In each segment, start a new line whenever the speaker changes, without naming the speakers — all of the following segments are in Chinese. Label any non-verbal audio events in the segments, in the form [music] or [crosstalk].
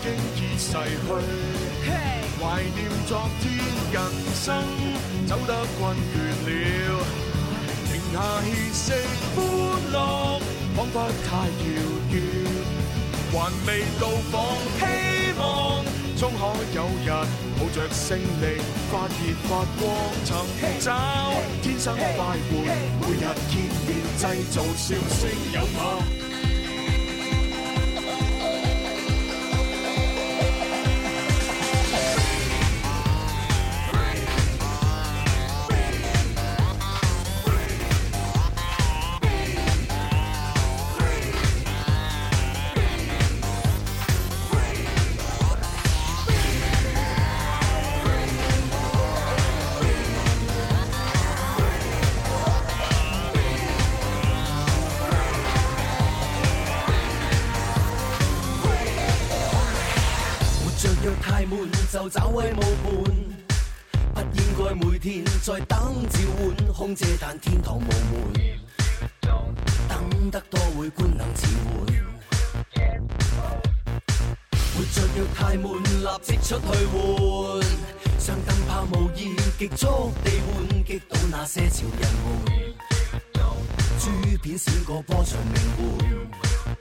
逝去，懷念昨天，人生走得困倦了，停下歇息，歡樂彷彿太遙遠，還未到訪希望，終可有日抱着勝利發熱發光，尋找天生快活，每日見面製造笑聲有嗎？
活着若太悶，就找位舞伴。不應該每天再等召喚，空姐但天堂無門。等得多會官能召喚。活着若太悶，立即出去換。上燈泡無意，極速地換，激到那些潮人們。珠片閃過波長命換。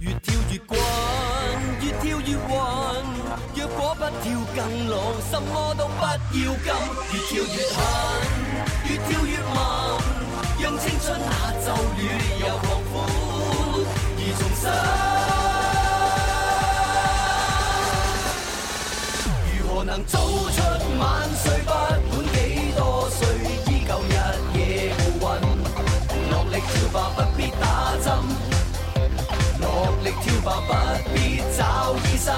越跳越滾，越跳越暈。若果不跳更老，什麼都不要緊。越跳越狠，越跳越猛，讓青春那咒語又狂歡而重生。如何能早出晚睡？不管幾多歲，依舊日夜無魂。落力跳吧，不必打針。落力跳吧，不必找醫生。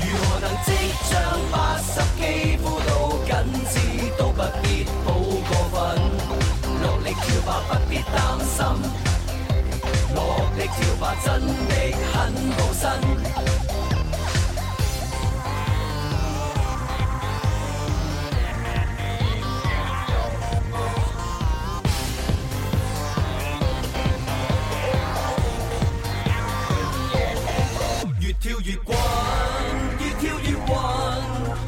如何能即將八十肌膚到緊致，都不必好過分。落力跳吧，不必擔心。落力跳吧，真的很好身。越跳越滾，越跳越暈。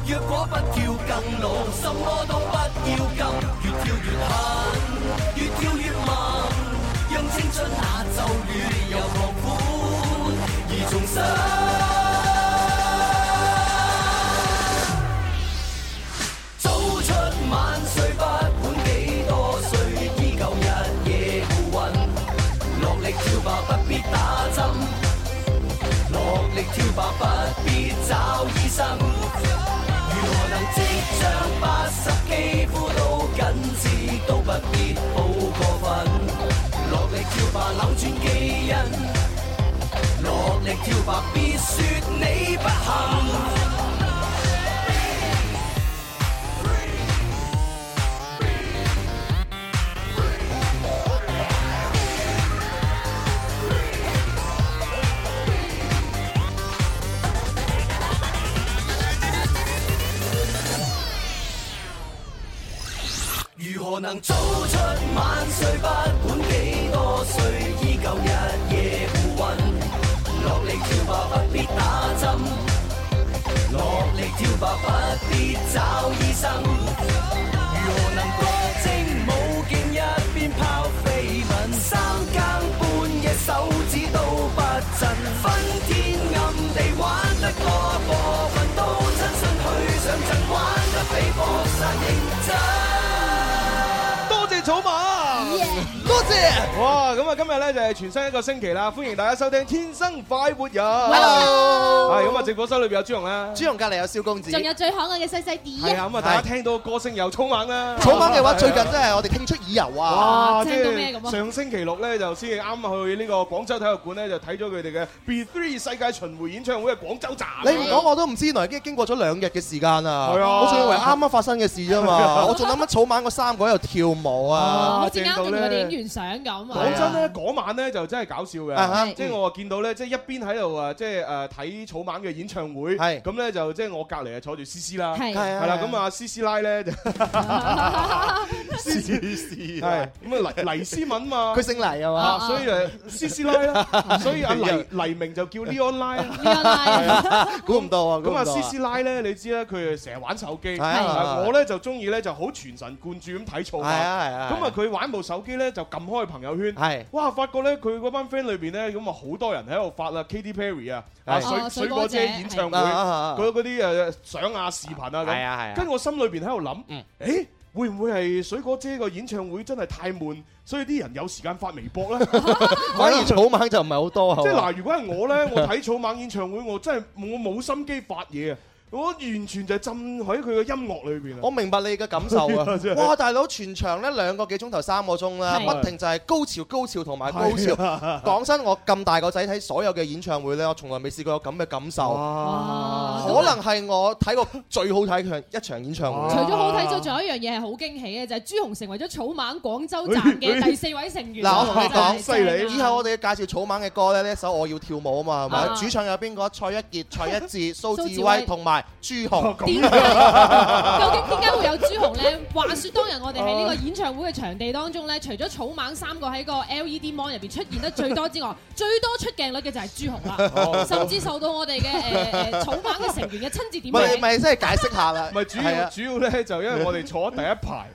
若果不跳更老，什麼都不要禁。越跳越狠，越跳越猛，讓青春那咒語又狂歡而重生。早出晚睡，不管幾多歲，依舊日夜無魂。落力跳吧，不必打針。落力跳吧，不必找醫生。如何能即將八十肌膚到緊致，都不必好過分。落力跳吧，扭轉基因。落力跳吧，別說你不行。如何能早出晚睡？不管幾多歲，依舊日夜胡混。落力跳吧，不必打針。落力跳吧，不必找醫生。如何能歌精舞劍一邊拋飛吻？三更半夜手指都不震，昏天暗地玩得多過分，都親身去上陣，玩得比搏殺認真。
多謝草蜢，多謝。哇，咁啊，今日咧就係全新一個星期啦，歡迎大家收聽《天生快活人》。
Hello
係咁啊，直播室裏邊有朱紅啦，
朱紅隔離有蕭公子。
仲有最可愛嘅細細啲
係啊，
啊，
咁啊，大家聽到歌聲有草蜢啦。
草蜢嘅話，最近
係啊
真係我哋聽出耳油啊！
哇！即
聽到咩咁
係
啊
上星期六咧，就先至啱去呢個廣州體育館咧，就睇咗佢哋嘅 B Three 世界巡迴演唱會嘅廣州站。
你唔講我都唔知，原來已經經過咗兩日嘅時間啦。
係啊
我仲以為啱啱發生嘅事啫嘛。我仲諗緊草蜢嗰三個喺度跳舞啊。
好似啱仲以為你已經完想咁啊。
講真咧，嗰晚咧就真係搞笑
啊哈
嘅，即係我見到咧，即係一邊喺度啊，即係誒睇草蜢嘅演唱會，
係
咁咧就即係我隔離啊坐住思思啦，
係
係啊
係啦，咁啊思思奶咧就
[laughs]
思思係咁啊黎黎思敏嘛
佢。姓黎啊嘛，
啊，所以誒思思奶啦，所以阿黎黎明就叫 Leon 奶啦。
[laughs] 呢個拉
估唔到啊，
咁啊
思
，C C 奶咧，你知啦，佢成日玩手機。
係啊
啊
係啊
我咧就中意咧就好全神貫注咁睇
係
草蜢。
啊係啊，
咁啊，佢玩部手機咧就撳開朋友圈。
係
哇！發覺咧，佢嗰班 friend 裏邊咧，咁啊好多人喺度發啦，Katy Perry 啊，啊
係
水
哦
水
水
果
果
姐
姐
演唱會，
啊啊啊
嗰嗰啲誒相啊、視頻啊
係
咁。
啊係啊，
跟住我心裏邊喺度諗
嗯，
誒會唔會係水果姐個演唱會真係太悶，所以啲人有時間發微博
[laughs]
咧？
反而草蜢就唔係好多啊，
即係嗱，如果係我咧，我睇草蜢演唱會，我真係我冇心機發嘢啊！我完全就係浸喺佢嘅音樂裏邊啊！
我明白你嘅感受啊
真！係
哇，大佬全場咧兩個幾鐘頭三個鐘啦，
係
不停就係高潮高潮同埋高潮。講真，我咁大個仔睇所有嘅演唱會咧，我從來未試過有咁嘅感受。
哇啊
可能係我睇過最好睇嘅一場演唱
哦
除
會。
咗好睇咗，仲有一樣嘢係好驚喜嘅，就係朱紅成為咗草蜢廣州站嘅第四位成員。
嗱，我同你
哦
講，
真係正啊
以後我哋介紹草蜢嘅歌咧，呢一首《我要跳舞》啊嘛，係
啊
咪？主唱有邊個？蔡一傑、蔡
[laughs]
一智、蘇
蘇
志
志
威
威
同埋朱
哦
紅。
點解？
[laughs]
究竟點解會有朱紅咧？話説當日我哋喺呢個演唱會嘅場地當中咧，除咗草蜢三個喺個 LED mon 入邊出現得最多
[laughs]
之外，最多出鏡率嘅就係朱紅
哦
啦，甚至受到我哋嘅誒誒草蜢嘅成員嘅親自點
唔係，
名
你。咪真係解釋下啦。
唔係主
係
要
啊
主要咧，就因為我哋坐喺第一排。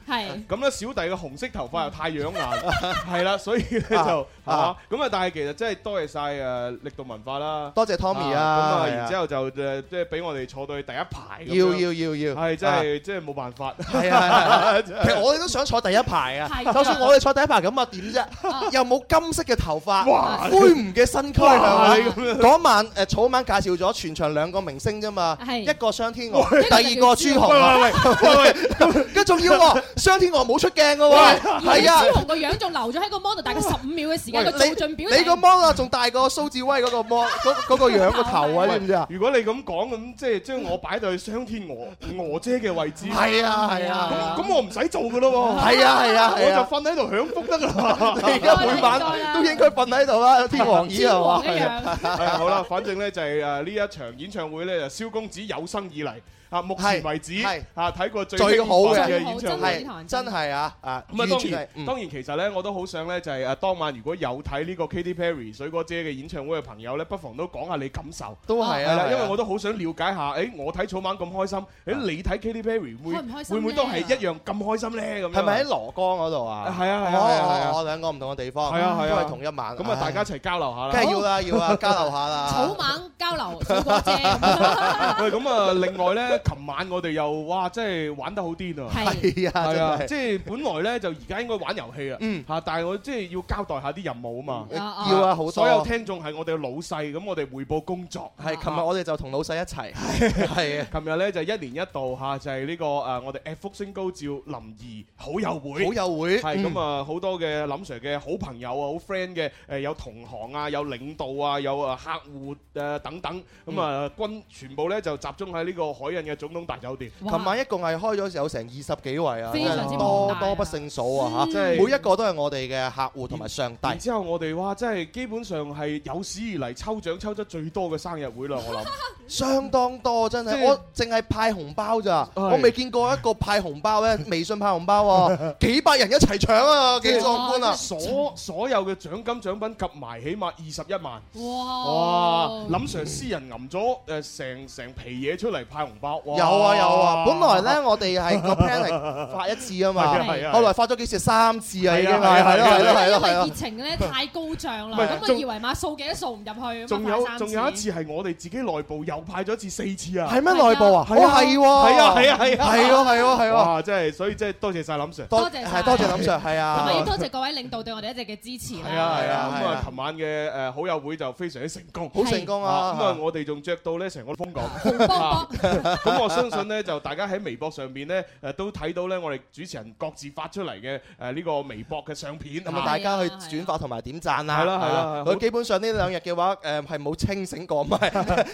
[laughs]
係
咁咧，小弟嘅紅色頭髮又太養眼，係啦，所以咧就
啊
啊
啊
咁啊，但係其實真係多謝晒誒力度文化啦
多謝 Tommy
咁
啊！
啊，
係啊
然之後就誒即係俾我哋坐到去第一排咁樣，
要要要要，啊
係真係真係冇辦法，
係啊！係啊
[laughs]
[laughs] 其實我哋都想坐第一排啊，
係啊
就算我哋坐第一排咁啊，點啫？又冇金色嘅頭髮，
哇
灰唔嘅身軀係
哇
咪
咁樣
嗰晚誒草蜢介紹咗全場兩個明星啫嘛，
係
一個雙天鵝，
喂
第二個朱紅啊。
喂喂喂喂，
跟住仲要喎，雙天鵝冇出鏡嘅喎，
而且
係啊
朱。紅個樣仲留咗喺個 mon 度大概十五秒嘅時間，個做盡表
你你個
情。
芒啊，仲大過蘇志威嗰個芒嗰嗰個樣個 [laughs] 頭啊，
喂
知唔知啊？
如果你咁講咁，即係將我擺到去雙天鵝鵝姐嘅位置，
係啊係
咁
啊，
咁我唔使做噶咯喎，
係啊係啊
我
係啊
就！瞓喺度享福得噶啦。
[laughs] 你而家每晚都應該瞓喺度啦，有天王椅
朱
係嘛
紅？一
啊
樣，
係好啦，反正咧就係誒呢一場演唱會咧，就蕭公子有生以嚟啊，目前為止
係係
啊睇過最
最好嘅
興奮演唱
最好
會。
呢堂
係真係啊啊！
咁啊，當
完
然
全係
當然，其實咧我都好想咧就係誒當晚如果有睇呢個 Katy Perry 水果姐嘅演唱會嘅朋友咧，不妨都講下你感受。
都係
係
啊，
啦，因為我都好想了解下，誒我睇草蜢咁開心，誒你睇 Katy Perry 會
開唔開心
會唔會
呢
都係一樣咁開心咧？咁樣
係咪喺羅江嗰度啊？
係啊係啊係啊係啊
哦，我兩個唔同嘅地方，
係啊係啊
都係同一晚。
咁啊，大家一
唉
齊交流下
梗
啦。
係要啦，要啊，交流下啦。
[laughs] 草蜢交流水果姐咁
[laughs]
喂，咁啊，另外咧，琴晚我哋又哇，真係玩得好癲啊！
係。
係啊，
係
真
啊，
係
即係本來咧就而家應該玩遊戲啊，
嗯
嚇，但係我即係要交代下啲任務啊嘛。
啊啊
要啊，好多。
所有聽眾係我哋嘅老細，咁我哋匯報工作。
係，琴日我哋就同老細一齊，係啊，
琴日咧就一年一度嚇，就係呢個誒我哋 F 福星高照林怡好友會
好。友會，
係咁
啊，
啊，好多嘅林 Sir 嘅好朋友啊，好 friend 嘅，誒有同行啊，有領導啊，有啊客戶誒等等，咁啊均全部咧就集中喺呢個海印嘅總統大酒店，
哇
琴晚一共係開咗有成二十幾位啊，
非常之
多
龐大啊
多不勝數啊
嗯
嚇，每一個都係我哋嘅客戶同埋上帝
然。之後我哋哇，真係基本上係有史以嚟抽獎抽得最多嘅生日會啦，我諗。
[laughs] 相當多真
即
係，
係
我淨係派紅包咋，
係
我未見過一個派紅包咧，微信派紅包
[laughs]
喎，幾百人一齊搶啊，幾壯觀啊！
所所有嘅獎金獎品夾埋起碼二十一萬，哇！
哇！
林 Sir 私人揞咗誒成成皮嘢出嚟派紅包，哇
有啊有啊，本來咧我哋係個 plan 係發一次
[laughs] 係
啊
啊
嘛，
係啊，
後來發咗幾次三次啊已經係
係啊係
係
啊
咯係咯係
因
咯
為
係
熱
咯，
[laughs]
情咧太高漲啦，
唔係
咁啊
仲
二維碼掃幾都掃唔入去，
仲
咁
有
啊
仲有一，次係我哋自己內部又派咗一次四次啊！
係咩內部啊？哦
係啊
係喎，
係啊係啊係啊
係喎係喎係喎，
哇！真係，所以真係多謝晒林 Sir。
多謝晒
係多謝林 Sir 係
同
啊
埋，要多謝各位領導對我哋一直嘅支持啦。
係啊係啊，
係啊
咁
係
啊
啊，
琴晚嘅誒好友會就非常之成功。
好成功
啊！咁啊，
啊！
我哋仲着到咧成個風港，
紅卜卜
咁我相信咧，就大家喺微博上邊咧，誒都睇到咧，我哋主持人各自發出嚟嘅誒呢個微博嘅相片，
咁啊，
係
大家去轉發同埋點贊啦。
係啦係啦
啊
係啦
佢基本上呢兩日嘅話，誒係冇清醒
[laughs]
過咪，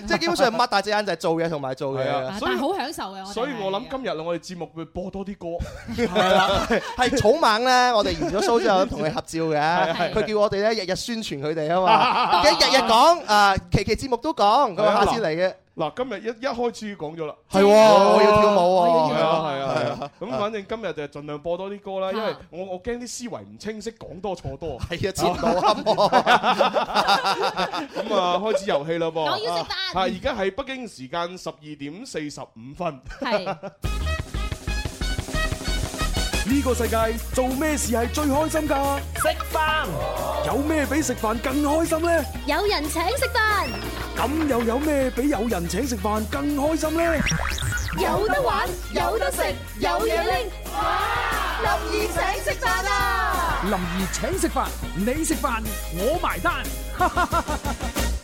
即係基本上擘大隻眼就係做嘢同埋做嘢
係啊
啊，
但
所以
係好享受嘅，哋
所以我諗
係啊
今日我哋節目會播多啲歌，
係啦，係草蜢咧，我哋完咗 show 之後同佢合照
啊
嘅，
係係
佢叫我哋咧日日宣傳佢
[laughs]
哋啊嘛，一日日講，啊期期節目都講，佢
係啊
話下次嚟嘅，
嗱今日一一開始講咗啦。
係喎，我要跳舞
我要
係
喎
跳舞。
啊係啊係啊！咁反正今日就盡量播多啲歌啦，因為
啊
我我驚啲思維唔清晰，講多錯多。
係啊，前路
哦
黑幕，
咁啊，開始遊戲啦噃。
我要食
啊，
飯
而家係北京時間十二點四十五分。 [laughs]
係
呢個世界做咩事係最開心㗎？食飯有咩比食飯更開心呢？
有人請食飯，
咁又有咩比有人請食飯更開心呢？
有得玩，有得食，有嘢拎。哇！林兒請食飯啊！
林兒請食飯，你食飯我埋單。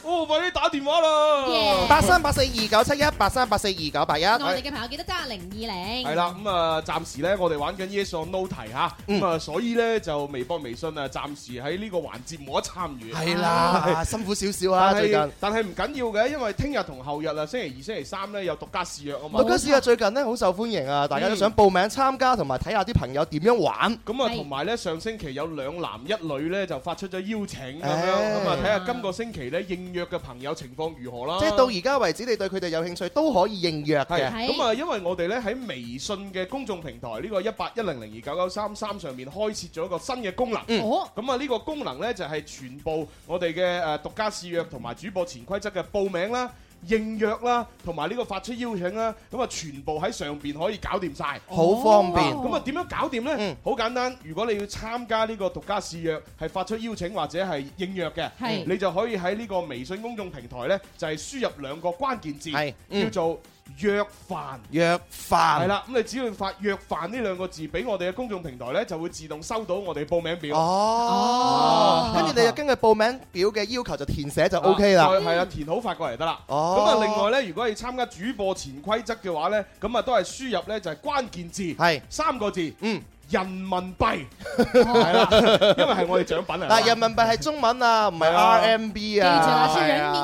哦，快啲打電話啦！
耶
八三八四二九七一，八三八四二九八一，
我哋嘅朋友記得加零二零，
係啦，咁啊，暫時咧，我哋玩緊 Yes or No 題嚇，咁啊，所以咧就微博、微信啊，暫時喺呢個環節冇得參與。
係啦，辛苦少少啊，
但係
最近。
但係唔緊要嘅，因為聽日同後日啊，星期二、星期三咧有獨家試藥啊嘛
我。嗰時啊，最近咧好受歡迎啊，大家都想報名參加，同埋睇下啲朋友點樣玩。
咁啊，
係
同埋咧上星期有兩男一女咧就發出咗邀請咁樣，
唉
咁啊睇下今個星期咧應約嘅朋友情況如何啦。
即係到而家為止，你對佢哋有興趣都可以應約
哦係
嘅。
係
咁啊，因為我哋咧喺微信嘅公眾平台呢個一八一零零二九九三三上面開設咗一個新嘅功能。
嗯
哦，
咁啊，呢個功能呢，就係全部我哋嘅誒獨家試約同埋主播潛規則嘅報名啦、應約啦，同埋呢個發出邀請啦，咁啊全部喺上邊可以搞掂晒。
好方便
咁啊點樣搞掂呢
哦嗯？
好簡單，如果你要參加呢個獨家試約，係發出邀請或者係應約嘅
係，
你就可以喺呢個微信公眾平台呢，就係輸入兩個關鍵字，
係
叫
嗯
做約飯。
約
係
飯。
啦，咁你只要發約飯呢兩個字俾我哋嘅公眾平台呢，就會自動收到我哋報名表。
哦
哦，
跟住你就根據報名表嘅要求就填寫就 O K
啊
啦。
再係啦，填好發過嚟得啦。
哦
咁啊，另外呢，如果係參加主播潛規則嘅話呢，咁啊都係輸入呢就係關鍵字，
係
三個字，
嗯，哦
人民幣，係啦，因為係我哋獎品嚟。啊
嗱，人民幣係中文啊，唔係
係啊
R M B
記住
啊
啦，。是人民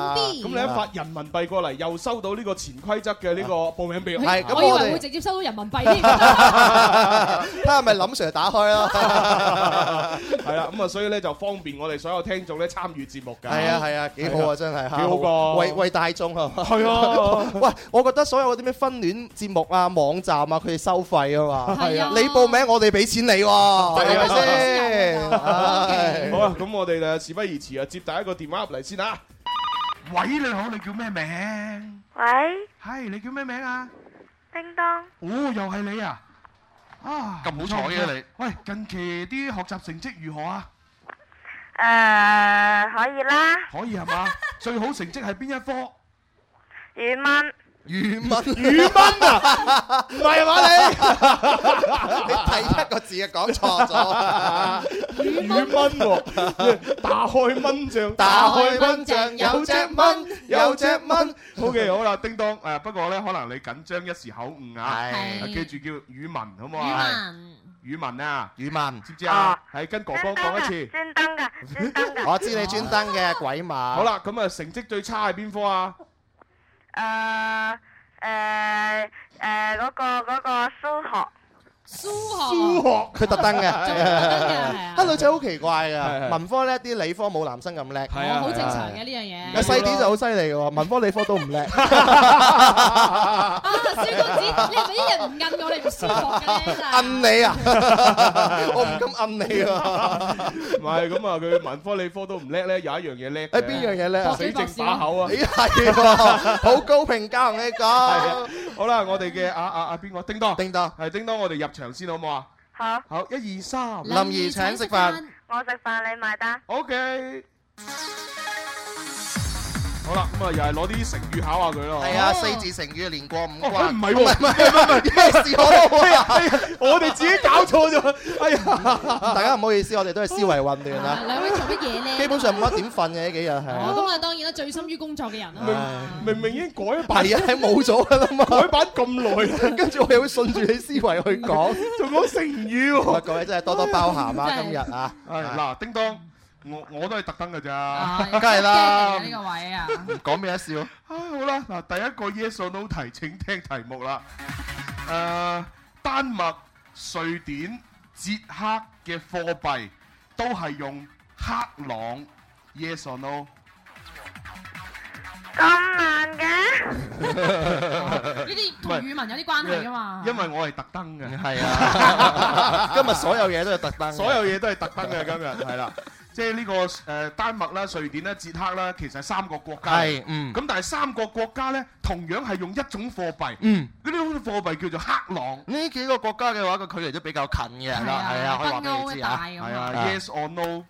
咁你
幣。
一發人民幣過嚟，又收到呢個潛規則嘅呢個
啊
報名表。啊
係咁
我以
我
為
哋
會直接收到人民幣
[laughs]
添，
睇下係咪林 Sir 打
[laughs]
開啦。
係啦，咁啊，所以呢就方便我哋所有聽眾呢參與節目㗎。
係啊係啊，幾好啊真係嚇。
幾好㗎
為為大眾啊。 [laughs]
係啊。
喂，我覺得所有嗰啲咩婚戀節目啊、網站啊，佢哋收費啊嘛。
係啊
你報名，我哋俾錢你喎，係咪先？
係啊
唉
啊好啊，咁我哋咧事不宜遲啊，接第一個電話入嚟先啊。喂，你好，你叫咩名？
喂，
係，你叫咩名啊？
叮當，
哦，又係你啊！啊，咁好彩嘅你。喂，近期啲學習成績如何啊？
誒、
À,
可以啦，
可以係嘛？最好成績係邊一科？
語文，
語文， [laughs]
唔係
啊
嘛
你第一個字啊講錯咗。
你？語蚊喎，打開蚊帳，
[laughs] 啊打開蚊帳有隻蚊，有隻蚊。。
OK，好啦，叮當誒，不過咧，可能你緊張一時口誤啊，啊記住叫語文好唔好啊？語文啊！
語文，
知唔知啊
啊？
係跟哥哥
專登
講一
㗎，
次。
à,
專登㗎，專登
[laughs]
㗎，
我知你專登嘅鬼馬。
好，啦，咁啊成績最差係邊科啊？
À,
誒誒誒嗰個嗰、個數學，
蘇學
學。
佢特登
仲特登
嘅。
嘅係啊
[laughs] 啊，女仔好奇怪
係係
㗎，文科叻啲，理科冇男生咁叻。
係
我好正
啊
常嘅呢樣嘢。
啊細啲就好犀利嘅喎，文科理科都
[laughs]
唔叻。
啊，蕭公子，你係咪一日唔摁我，你唔舒服嘅
[laughs]
咧？真係
摁你啊！我唔敢摁你
[laughs]
啊！
唔係咁啊，佢文科理科都唔叻咧，有一樣嘢叻嘅。
誒邊樣嘢咧？
博
死
士
剩把口啊
你！係喎，好高評價同你講。
好啦，我哋嘅啊啊啊邊個？叮當，
叮當，
係叮當，我哋入場先好唔好啊？
好，
好，一二三
林兒請食飯，
我食飯你埋單，
，OK。好啦，咁啊又係攞啲成語考下佢咯。
係啊，四字成語連過五
哦。
關。
哦，唔係喎，唔係
咩事我
哎呀我哋自己搞錯咗。哎呀，
大家唔好意思，我哋都係思維混亂啦。
啊兩位做乜嘢咧？
基本上冇乜點瞓嘅呢幾日
我
係。
咁啊，當然啦，醉心於工作嘅人啦。
唉
明明已經改版
係啊，係冇咗㗎啦
改
嘛。
版咁耐啦，
跟住我哋會順住你思維去講。
仲講成語 [laughs]
咁啊，
喎。
各位真係多多包涵啊！
真係
今日啊，
係嗱，叮當，我我都係特登㗎咋。
啊
梗係啦
驚你啊呢個位
[laughs]
啊，
唔講咩一笑。
啊，好啦，嗱，第一個 yes or no 題，請聽題目啦。誒、丹麥、瑞典、捷克嘅貨幣都係用克朗。Yes or no？
咁慢嘅？
呢啲同語文有啲關係噶嘛。
因為我係特登嘅，
係啊，今日所有嘢都係特登嘅。
所有嘢都係特登嘅。今日係啦，即係呢個誒、丹麥啦、瑞典啦、捷克啦，其實係三個國家。
係嗯
咁但係三個國家呢，同樣係用一種貨幣。
嗯。
嗰啲貨幣叫做克朗。
呢幾個國家嘅話，個距離都比較近嘅，係啦，係啊，可以話
北
俾你
歐
知
一
啊。
帶咁
係
啊。
啊
啊
，yes or no？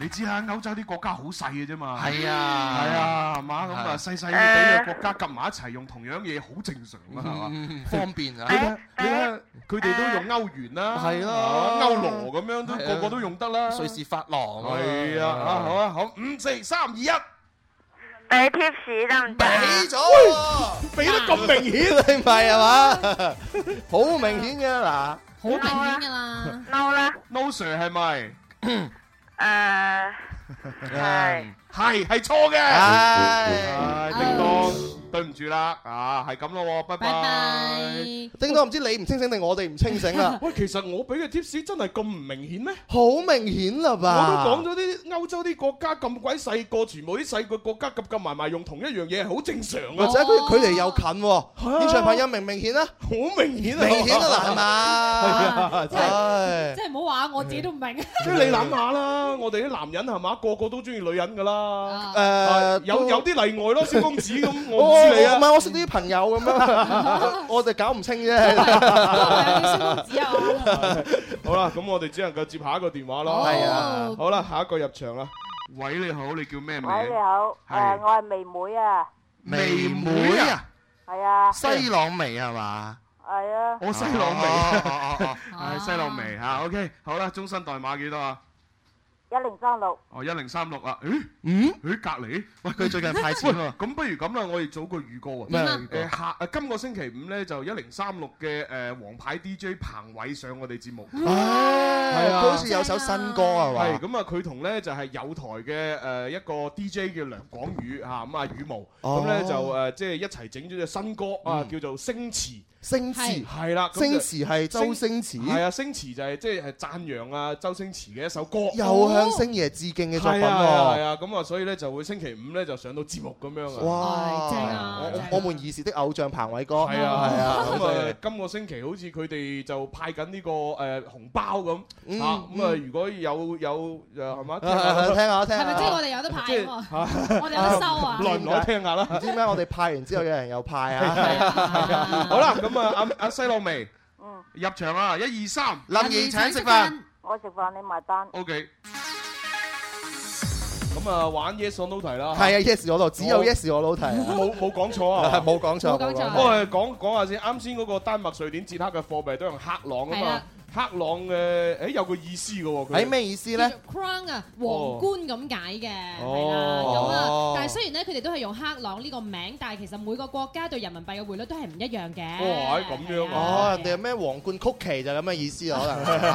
你知啦，歐洲啲國家好細嘅啫嘛。
係
係
啊，
啊，係嘛？咁啊，細細哋嘅國家夾埋一齊用同樣嘢，好正常啦，係嘛？
嗯，方便
你
啊。
睇下你睇下佢哋都用歐元啦，
係啦
啊歐羅咁樣都
係啊
個個都用得啦。
瑞士法郎啊
係啊，啊好啊，好，五四三二一，
俾貼士得唔得
俾
啊？
咗喎，
俾得咁 [laughs] 明顯。
你唔係係嘛？好明顯嘅嗱，
好明顯㗎啦，
no 啦，
No sir 係咪？
誒係
係係錯嘅。
唉，
唉，叮當，對唔住啦，啊，係咁咯喎，拜
拜拜。
拜。
叮當唔知你唔清醒定我哋唔清醒啦，
喂，其實我俾嘅 tips 真係咁唔明顯咩？
好明顯啦
我
吧？
都講咗啲歐洲啲國家咁鬼細個，全部啲細個國家夾夾埋埋用同一樣嘢，係好正常
或
啊，
者佢距離又近喎，現場朋友明唔明顯啊？
好明顯啊，
明顯啊嗱，係嘛？
啊真係
唉
即係唔好話我自己都唔明。
即係你諗下啦，我哋啲男人係嘛，個個都中意女人㗎啦，
啊
誒
啊有有啲例外咯，小公子咁，
我
我唔知你啊
唔。係，我識啲朋友咁樣，我哋搞唔清啫。
好啦，咁我哋只能夠接下一個電話
哦
咯。
係啊
好啦，下一個入場啦。喂，你好，你叫咩名？
喂，你好，
係
誒，我係微妹啊，
微妹啊，
係啊，
西朗眉係嘛？
係啊，
我西
朗
朗
眉
眉，
啊
[laughs] 係西朗眉嚇。OK，好啦，終身代碼幾多啊？
一零三六，
哦，一零三六啊。咦？
嗯，
咦？隔離？
喂，佢最近派
喂
錢喎，
咁不如咁啦，我哋早個預告啊。
咩
啊
誒下誒今個星期五咧就一零三六嘅誒王牌 DJ 彭偉上我哋節目，係啊
啊佢好似有首新歌係
係
嘛？
咁啊佢同咧就係有台嘅誒一個 DJ 叫梁廣宇嚇咁啊羽毛，
哦
咁咧就誒即係一齊整咗隻新歌啊
嗯
叫做星馳，
星
係
馳，
係啦，咁
星
就
馳係周星馳
係，啊星馳就係即係讚揚啊周星馳嘅一首歌。
又向星爺致敬嘅作品
係啊係啊係
喎。
啊，咁啊，所以咧就會星期五咧就上到節目咁樣啊。
哇！
係正啊
我
正啊
我們兒時的偶像彭偉哥，
係啊，
係啊，
咁啊，今個星期好似佢哋就派緊呢個誒紅包咁
嗯
啊，咁啊，
嗯啊
如果有有誒係啊嘛，聽
聽
下
下聽
係咪即係我
下，
哋有得派
即係
喎？我哋有得收啊？
耐唔耐聽下啦。
唔知點解我哋派完之後有人又派啊？
好啦，咁啊，阿阿西朗眉
嗯，
入場啊，一二三
林怡請食飯，
我食飯你埋單，
，OK。咁啊，玩 Yes or No 題啦，
係啊，yes 我度只有
我
yes 我老提啊。
冇冇講錯
[laughs]
啊？
冇講錯，
冇講錯
我係講講下先，啱先嗰個丹麥、瑞典、捷克嘅貨幣都用克朗
係啦
啊嘛，克朗嘅誒有個意思嘅喎，佢
誒咩意思
叫
咧？
做 crown 啊，皇冠咁解嘅，係啦，咁
哦
啊，但係雖然咧佢哋都係用克朗呢個名，但係其實每個國家對人民幣嘅匯率都係唔一樣嘅。
哇咁樣啊
哦，人哋有
係啊
咩皇冠曲奇就咁嘅意思可能。
[laughs] 咁
啊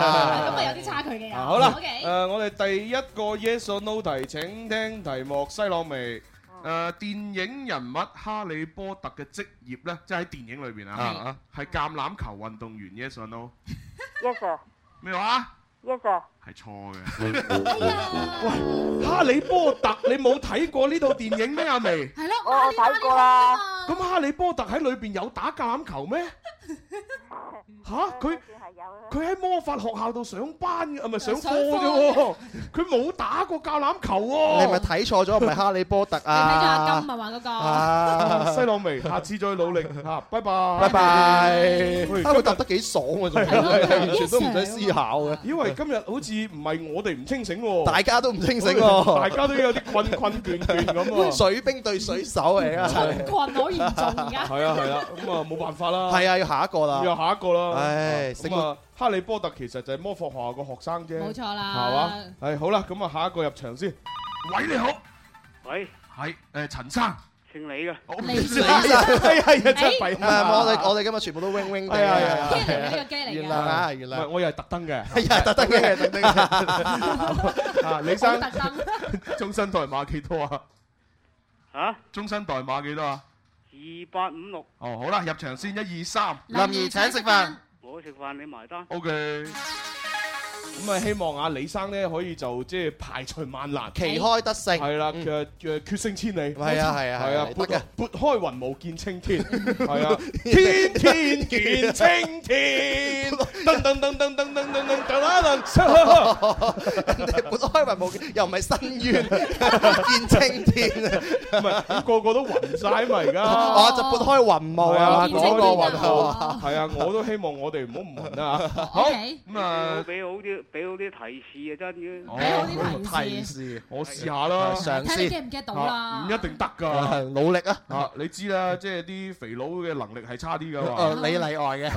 啊有啲差距嘅又。
啊好啦，誒
OK，
我哋第一個 yes or no 題，請聽題目西朗眉。誒電影人物哈利波特嘅職業呢，即係喺電影裏邊啊，係橄欖球運動員 yes or no？
，yes sir，yes
咩話？
sir，
係錯嘅。
哎呀，
哈利波特，你冇睇過呢套電影咩？阿眉，
係咯，
我
哇
啊
我睇過啦。
咁哈利波特喺裏邊有打橄欖球咩？吓佢佢喺魔法學校度上班嘅，啊唔係上
上
課啫
課
喎，佢冇打過橄欖球喎。
你咪睇錯咗，唔係哈利波特啊！
睇咗阿金啊嘛嗰個，
啊
西朗眉，下次再努力 [laughs] 嚇，拜拜，
拜拜
喂
啊，佢答得幾爽啊！仲
係咯係
完全都唔使思考嘅。
因為今日好似唔係我哋唔清醒喎，
大家都唔清醒喎
[laughs] 大家都有啲困困倦倦咁啊，
水兵對水手嚟啊！
[laughs] 群好嚴
[laughs]
重而家。
係啊係啊，咁啊冇辦法啦，
係啊，要下一個
又
啦。
下一個啦。
唉醒
咁啊，哈利波特其實就係魔法學校個學生啫，
冇錯啦
係嘛？係好啦，咁啊下一個入場先。
喂，你好，
喂，
係誒陳生，
姓李嘅，
我唔
李
知
[laughs]
生
哎呀，真
唔
係弊
係
啊！
我哋我哋今日全部都 wing wing 地
係啊係
啊
啊！
嚟嘅呢個機嚟
原諒
嘅，
啊，原
唔係
諒。
我又係特登嘅。
係啊，特登嘅，特登嘅。
[laughs] 啊，李
好
生，
特登。
終身代碼幾多啊？
吓
終身代碼幾多啊？
二八五六，
哦，好啦，入場先，一二三
林怡請食飯，
我食飯你埋單。
，OK。
咁啊，希望阿李生咧可以就即係排除萬難，
旗開得勝。
係啦，
嗯
嘅嘅決勝千里。
係啊係啊
係啊，
得
撥
嘅。
撥開雲霧見青 [laughs] 天，係啊，天天見青天， [laughs] 噔噔噔噔噔噔噔噔噔噔噔，
人哋 [laughs] 撥開雲霧，又唔係深
[laughs]
淵，見青天啊！
唔係咁個個都暈晒嘛而
[laughs]
家。
哦，就撥開雲霧啊！
啊，
見青
嗰
天
個
啊
雲
哦
霧。
係啊，我都希望我哋唔好唔暈啊。
O K，
咁
[laughs]
啊，
俾好啲，俾好啲提示啊，真嘅。
俾好啲提
提
示，
示，
哦我試下啦，
嘗
睇你 get
試，
唔 get 到
啊唔。
啦
一定得㗎。
啊 [laughs] 努力啊！
啊，你知啦，即係啲肥佬嘅能力係差啲噶嘛。
誒，呃你例外嘅。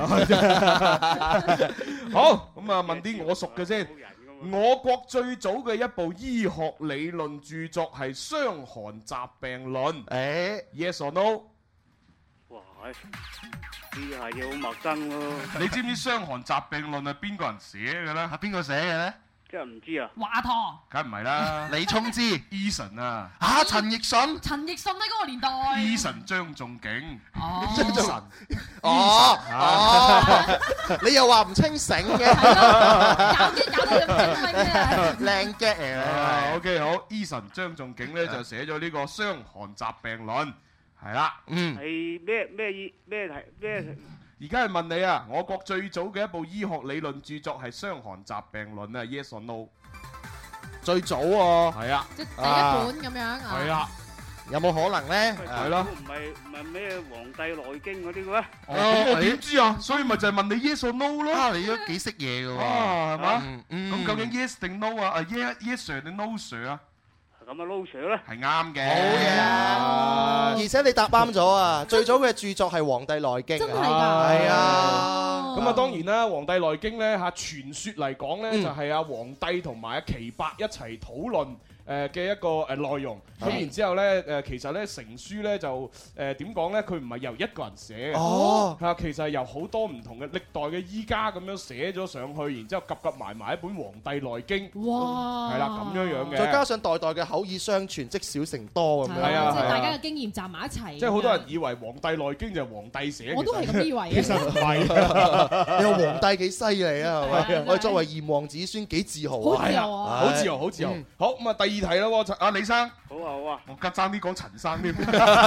好，咁啊問啲我熟嘅先。
冇人㗎嘛
我國最早嘅一部醫學理論著作係《傷寒疾病論》
誒，
，Yes or No？
哇，呢下嘢好陌生喎，
你知唔知《傷寒疾病論》係邊個人寫嘅咧？
啊邊個寫嘅咧？
真係唔知啊。
華佗、
梗唔係啦
[laughs] 李聰之
，Eason 啊
啊，陳奕迅。
陳奕迅喺嗰個年代，
，Eason 張仲景，
哦，
[laughs] 張仲 [laughs] 哦哦， [laughs] 你又話唔清醒嘅， [laughs]
係咯，搞啲搞到咁精明嘅，
靚 get 嚟
啊
嘅。
，OK 好，Eason 張仲景咧就寫咗呢個《傷寒疾病論》，係啦。
嗯，
係咩咩意咩提咩？
而家係問你啊，我國最早嘅一部醫學理論著作係《傷寒疾病論》啊，Yes or No？
最早喎，
係啊，
即係第一本咁樣啊
係。啊，
有冇可能咧？
喂
係咯
唔係唔係咩《黃帝內經》嗰啲嘅咩？
哦咁我點知啊？所以咪就係問你 Yes or No 咯。
啊，你都幾識嘢嘅喎。
啊，係嘛？
嗯嗯
咁究竟 yes 定 no 啊？啊 yes yes sir 定 no sir 啊？
咁啊撈 Sir 啦，
係啱嘅。
好嘢
啊
而且你答啱咗啊！最早嘅著作係《黃帝內經》
真係
啊，
㗎。
係啊。
咁啊，當然啦，《黃帝內經》咧嚇傳說嚟講咧，
嗯
就係阿黃帝同埋阿岐伯一齊討論。誒嘅一個誒內容，咁
係
然之後咧誒，其實咧成書咧就誒點講咧，佢唔係由一個人寫嘅，
哦，
啊，其實係由好多唔同嘅歷代嘅醫家咁樣寫咗上去，然之後夾夾埋埋一本《黃帝內經》，
哇！
係啦咁樣樣嘅
再加上代代嘅口耳相傳，積少成多咁樣。
係啊
即
係
係
啊
大家嘅經驗集埋一齊。
即係好多人以為《黃帝內經》就係黃帝寫嘅，
我都係咁以為
其
嘅。
實唔係。
[laughs] 你話皇帝幾犀利
[laughs]
啊？係
係
咪
啊？
我哋作為炎黃子孫幾自豪
好
啊！
自由
à?
啊！
好自由，好自由
嗯。
好咁啊，第二題啦喎，陳啊李生，
好啊好啊。
我吉爭啲講陳生添。
[laughs] 特登啊，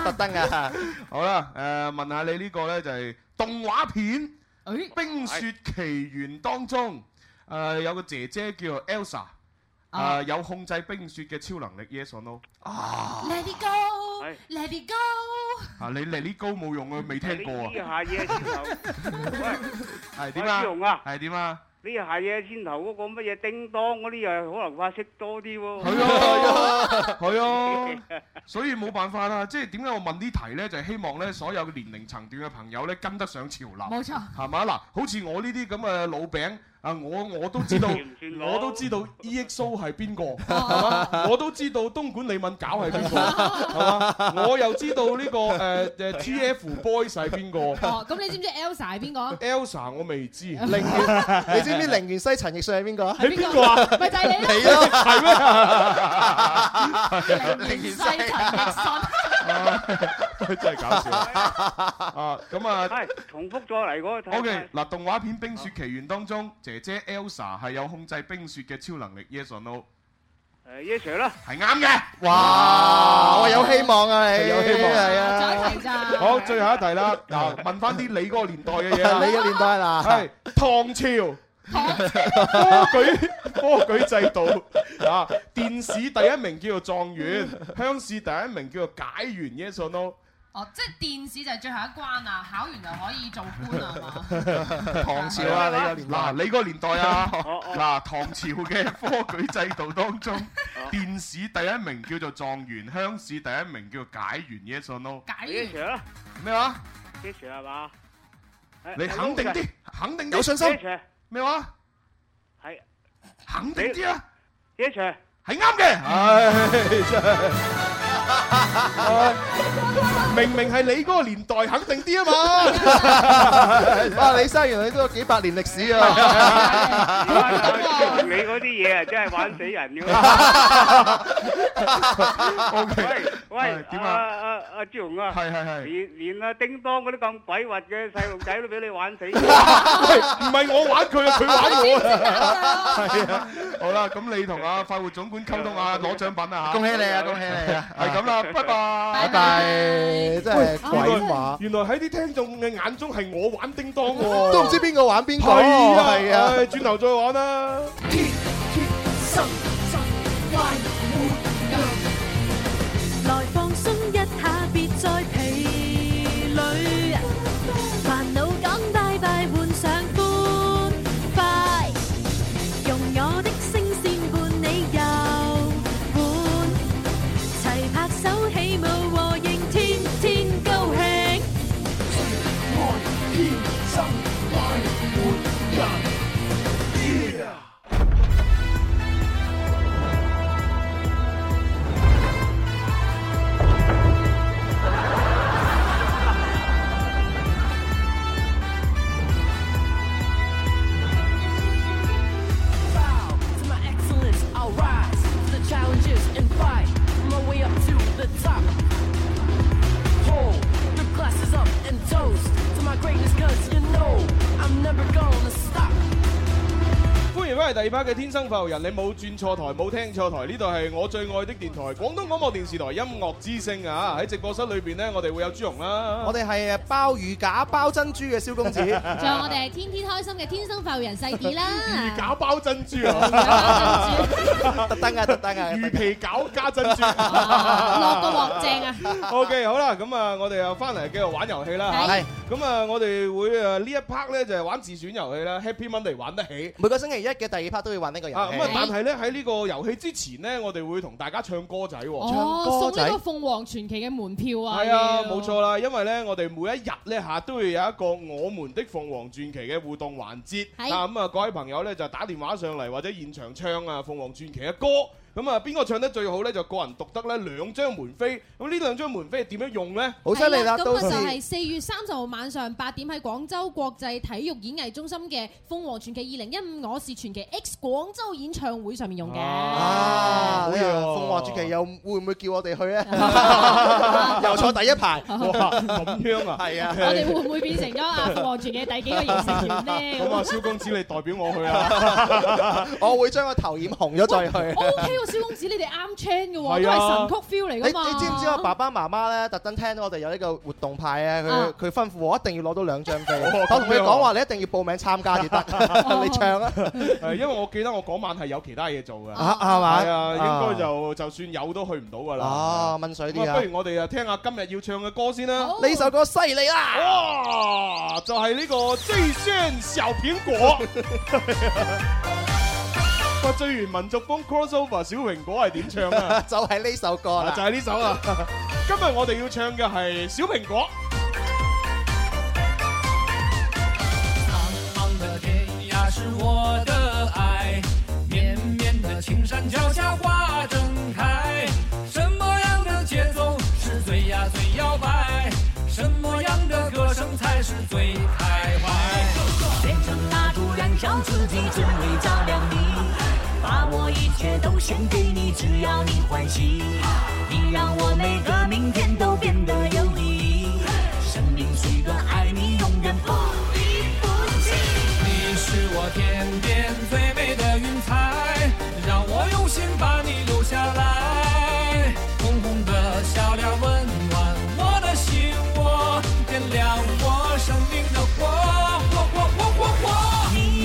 特
[laughs]
登啊！
好啦，誒問下你呢個咧就係動畫片
誒
《冰雪奇緣》當中，誒有個姐姐叫做 Elsa，
啊
誒有控制冰雪嘅超能力，yes or no？
，Let it
係
go，Let it go，
啊，你嚟呢高冇用啊，未聽過
呢
啊，
下嘢先
[laughs]
頭，喂，
係點
阿
啊
朱？紅啊，
係點啊？
呢下嘢先頭嗰個乜嘢叮當嗰啲又可能話識多啲喎。
[laughs] 係啊，係啊，所以冇辦法啦。即係點解我問呢題咧？就係希望咧所有年齡層段嘅朋友咧跟得上潮流。
冇錯。
係啊嘛嗱？好似我呢啲咁嘅老餅啊，我我都知道
算唔，算老
我都知道 EXO 係邊個，係嘛？我都知道東莞李敏搞係邊個，係嘛？我又知道呢個誒誒 TF Boys 係邊個
Ờ,
哦，咁你知唔知 Elsa 係邊個啊？
？Elsa 我未知，
寧願，你知唔知寧願西陳奕
[laughs]
迅係邊個啊？
你邊個啊？
咪就係你
你咯，
係咩？
寧願西陳奕迅。
[laughs] 真係搞笑啊！咁啊〜
係重複再嚟嗰個睇
O.K. 嗱，動畫片《冰雪奇緣》當中，姐姐 Elsa 係有控制冰雪嘅超能力，yes or no？
誒 Yes Sir 啦，
係啱嘅。
哇！我有希望啊，你
有希望
係啊，
再一題咋好，最後一題啦。嗱，問翻啲 [laughs] 你嗰啊個年代嘅嘢啦。
你嘅年代啦
係唐朝。科舉科舉制度啊，殿試第一名叫做狀元，鄉試第一名叫做解元，yes or no？
哦，即係電視就係最後一關啦，考完就可以做官啊啦，係嘛？
唐朝啊，你個年代嗱，你個年代啊，嗱，唐朝嘅科舉制度當
[laughs]
中，殿試第一名叫做狀元，鄉試第一名叫做解元，yes or no？
解
Yes Sir 啦
咩話？
，Yes Sir 係嘛？誒
你肯定啲，肯定啲，
有信心 Yes, sir
咩話？
係
肯定啲啊
，Yes Sir
係啱嘅，唉，真係。明明係你嗰個年代肯定啲啊嘛，
[laughs] 哇！李生原來你都有幾百年歷
[laughs]
史啊！
啊
你嗰啲嘢啊，真係玩死人
[laughs]
嘅喎。
O K，哎
喂，點啊？阿阿朱紅啊，
係係係
連連啊叮當嗰啲咁鬼核嘅細路仔都俾你玩
[laughs]
死。
喂唔係我玩佢啊，佢玩我啊。係啊，
[laughs] 好啦，咁你同阿快活總管溝通
[laughs]
下攞獎品啊嚇！
恭喜你啊恭喜你
[laughs]
啊
係咁啦，拜拜。
拜拜，真係鬼話，
原來喺啲聽眾嘅眼中係我玩叮當喎，
都唔知邊個玩邊個，
係啊，
係啊
唉轉頭再玩啦。
心心快活人，來放鬆一下，別再疲累。煩惱講拜拜，換上歡快，用我的聲線伴你遊玩，齊拍手起舞和應，天天高興。愛天生快活人。
bow to my excellence. I'll rise to the challenges and fight my way up to the top. Hold the glasses up and toast to my greatness, cause you know I'm never gonna stop.
歡迎翻嚟第二 part 嘅《天生浮人》，你冇轉錯台，冇聽錯台，呢度係我最愛的電台——廣東廣播電視台音樂之聲啊！喺直播室裏邊呢，我哋會有朱紅啦，
我哋係誒包魚架、包珍珠嘅蕭公子， [laughs]
仲有我哋係天天開心嘅天生快活人細啲啦，
搞包珍珠啊！
特登啊，特登啊，
魚皮餃加珍 [laughs] 珠，
落個鑊正啊！
O K，好啦，咁啊，我哋又翻嚟繼續玩遊戲啦
係
嚇。咁啊，我哋會誒呢一 part 咧就係玩自選遊戲啦，Happy Monday 玩得起。
每個星期一嘅第二 part 都會玩呢個遊
啊，
戲
咁啊，但係咧喺呢個遊戲之前咧，我哋會同大家唱歌仔喎。
哦，送呢個鳳凰傳奇嘅門票啊！
係啊，
要
冇錯啦，因為咧，我哋每一日咧嚇都會有一個我們的鳳凰傳奇嘅互動環節。
係
啊，咁啊，各位朋友咧就打電話上嚟或者現場唱啊鳳凰傳奇嘅歌。咁啊，邊個唱得最好咧？就個人獨得咧兩張門飛。咁呢兩張門飛係點樣用 [laughs] 咧？
好犀利啦
咁
到
啊
時
就係四月三十號晚上八點喺廣州國際體育演藝中心嘅鳳凰傳奇二零一五我是傳奇 X 廣州演唱會上面用嘅。
啊！呢個鳳凰傳奇又會唔會叫我哋去啊？
[laughs]
[laughs] 又坐第一排，
哇，咁樣啊？
係啊，
我哋會唔會變成咗啊鳳凰傳奇第幾個形成員呢？
咁啊，蕭公子你代表我去 [laughs] 啊！
我會將個頭染紅咗再去。
O K 喎，蕭公子你哋啱 chain 嘅喎，
係
都
啊
係神曲 feel 嚟
你
㗎嘛。
你知唔知我爸爸媽媽咧特登聽到我哋有呢個活動派咧，
啊
佢佢吩咐我一定要攞到兩張
[laughs]
飛。
哦
我同佢
咁樣
講話，你一定要報名參加
[laughs]
至得。你唱啊！
誒，因為我記得我嗰晚係有其他嘢做嘅，
啊係嘛
係啊，應該就就算有都去唔到㗎啦。
哦，問水啲
咁
啊！
啊，不如我哋啊聽下今日要唱嘅歌先啦。
呢首歌犀利
哦
啦！
哇，就係呢個最炫小蘋果。 [laughs] 哇，最原民族風 crossover 小蘋果係點唱
[laughs]
啊？
就係呢首歌
啊
啦，
就係呢首啊！今日我哋要唱嘅係小蘋果。
苍茫的天涯是我的爱，绵绵的青山脚下花正开。什么样的节奏是最呀最摇摆？什么样的歌声才是最开怀？
变成蜡烛燃烧自己，只为照亮你。把我一切都献给你，只要你欢喜。你让我每个明天都变得有意义。生命虽短，爱你永远不离不弃。
你是我天边最美的云彩，让我用心把你留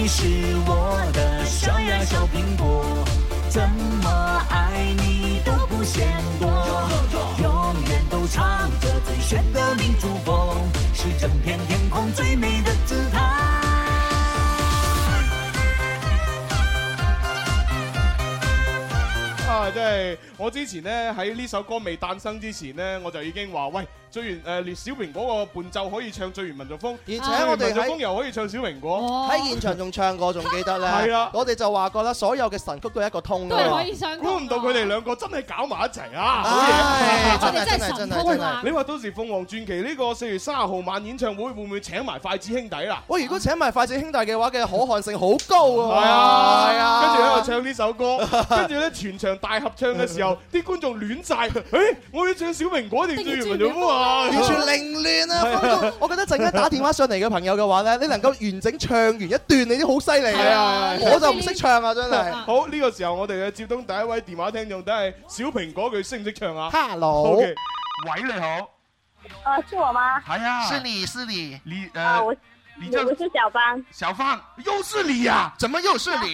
是我的小呀小苹果，怎么爱你都不嫌多，永远都唱着最炫的民族风，是整片天空最美的姿态。
啊，真係我之前呢，喺呢首歌未誕生之前呢，我就已經話喂，醉完誒烈小蘋果個伴奏可以唱醉完民族風，而
且我哋
民族
喺哦
風又可以唱小蘋果，
喺現場仲唱過，仲記得咧。
係啊
我哋就話過啦，所有嘅神曲都係一個通㗎嘛
估唔到佢哋兩個真係搞埋一齊啊！
唉
好嘢
真係真係真係
喂
真係
你話到時鳳凰傳奇呢個四月三十號晚演唱會會唔會請埋筷子兄弟啊啦？
喂，如果請埋筷子兄弟嘅話，嘅可看性好高啊！
係啊，
係啊，
跟住喺度唱呢首歌，跟住咧全場大合唱嘅時候，啲觀眾亂晒。誒，我要唱小蘋果定最完咗啊！
完 [laughs] 全凌
[laughs]
亂啊！方中我覺得陣間打電話上嚟嘅朋友嘅話咧，你能夠完整唱完一段，你都好犀利
係啊
啊！我就唔識唱啊，真係。
好呢個時候，我哋嘅接通第一位電話聽眾，睇下小蘋果佢識唔識唱啊
Hello
喂，你好，
呃，是我吗？
哎呀是
你
[laughs]
是你，
你
啊，
呃
我，
你叫
我是小芳，
小芳，又是你呀、
啊
怎么又是
[laughs]
你？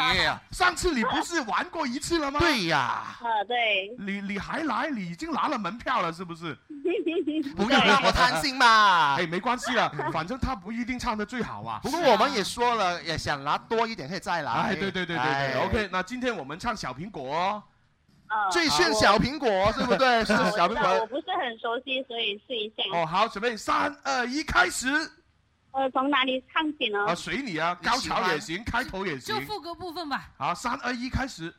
上次你不是玩过一次了吗？对呀、
呃，对，
你你还来？你已经拿了门票了是不是？
不
要让
我贪
[laughs]
心嘛！
哎，没关系了，反正他不一定唱的最好啊。
不过我们也说了，也想拿多一点，可以再拿。
哎，对对对对
哎
对，OK，那今天我们唱小苹果哦，
最炫小苹果是不对？是
我知
小苹
道我
果。
不是很熟悉，所以试一下。
哦，好，准备三二一，开始。
呃，从哪里唱起呢？
啊，随你啊，高潮也行，开头也行
就。副歌部分吧。
好，三二一，开始。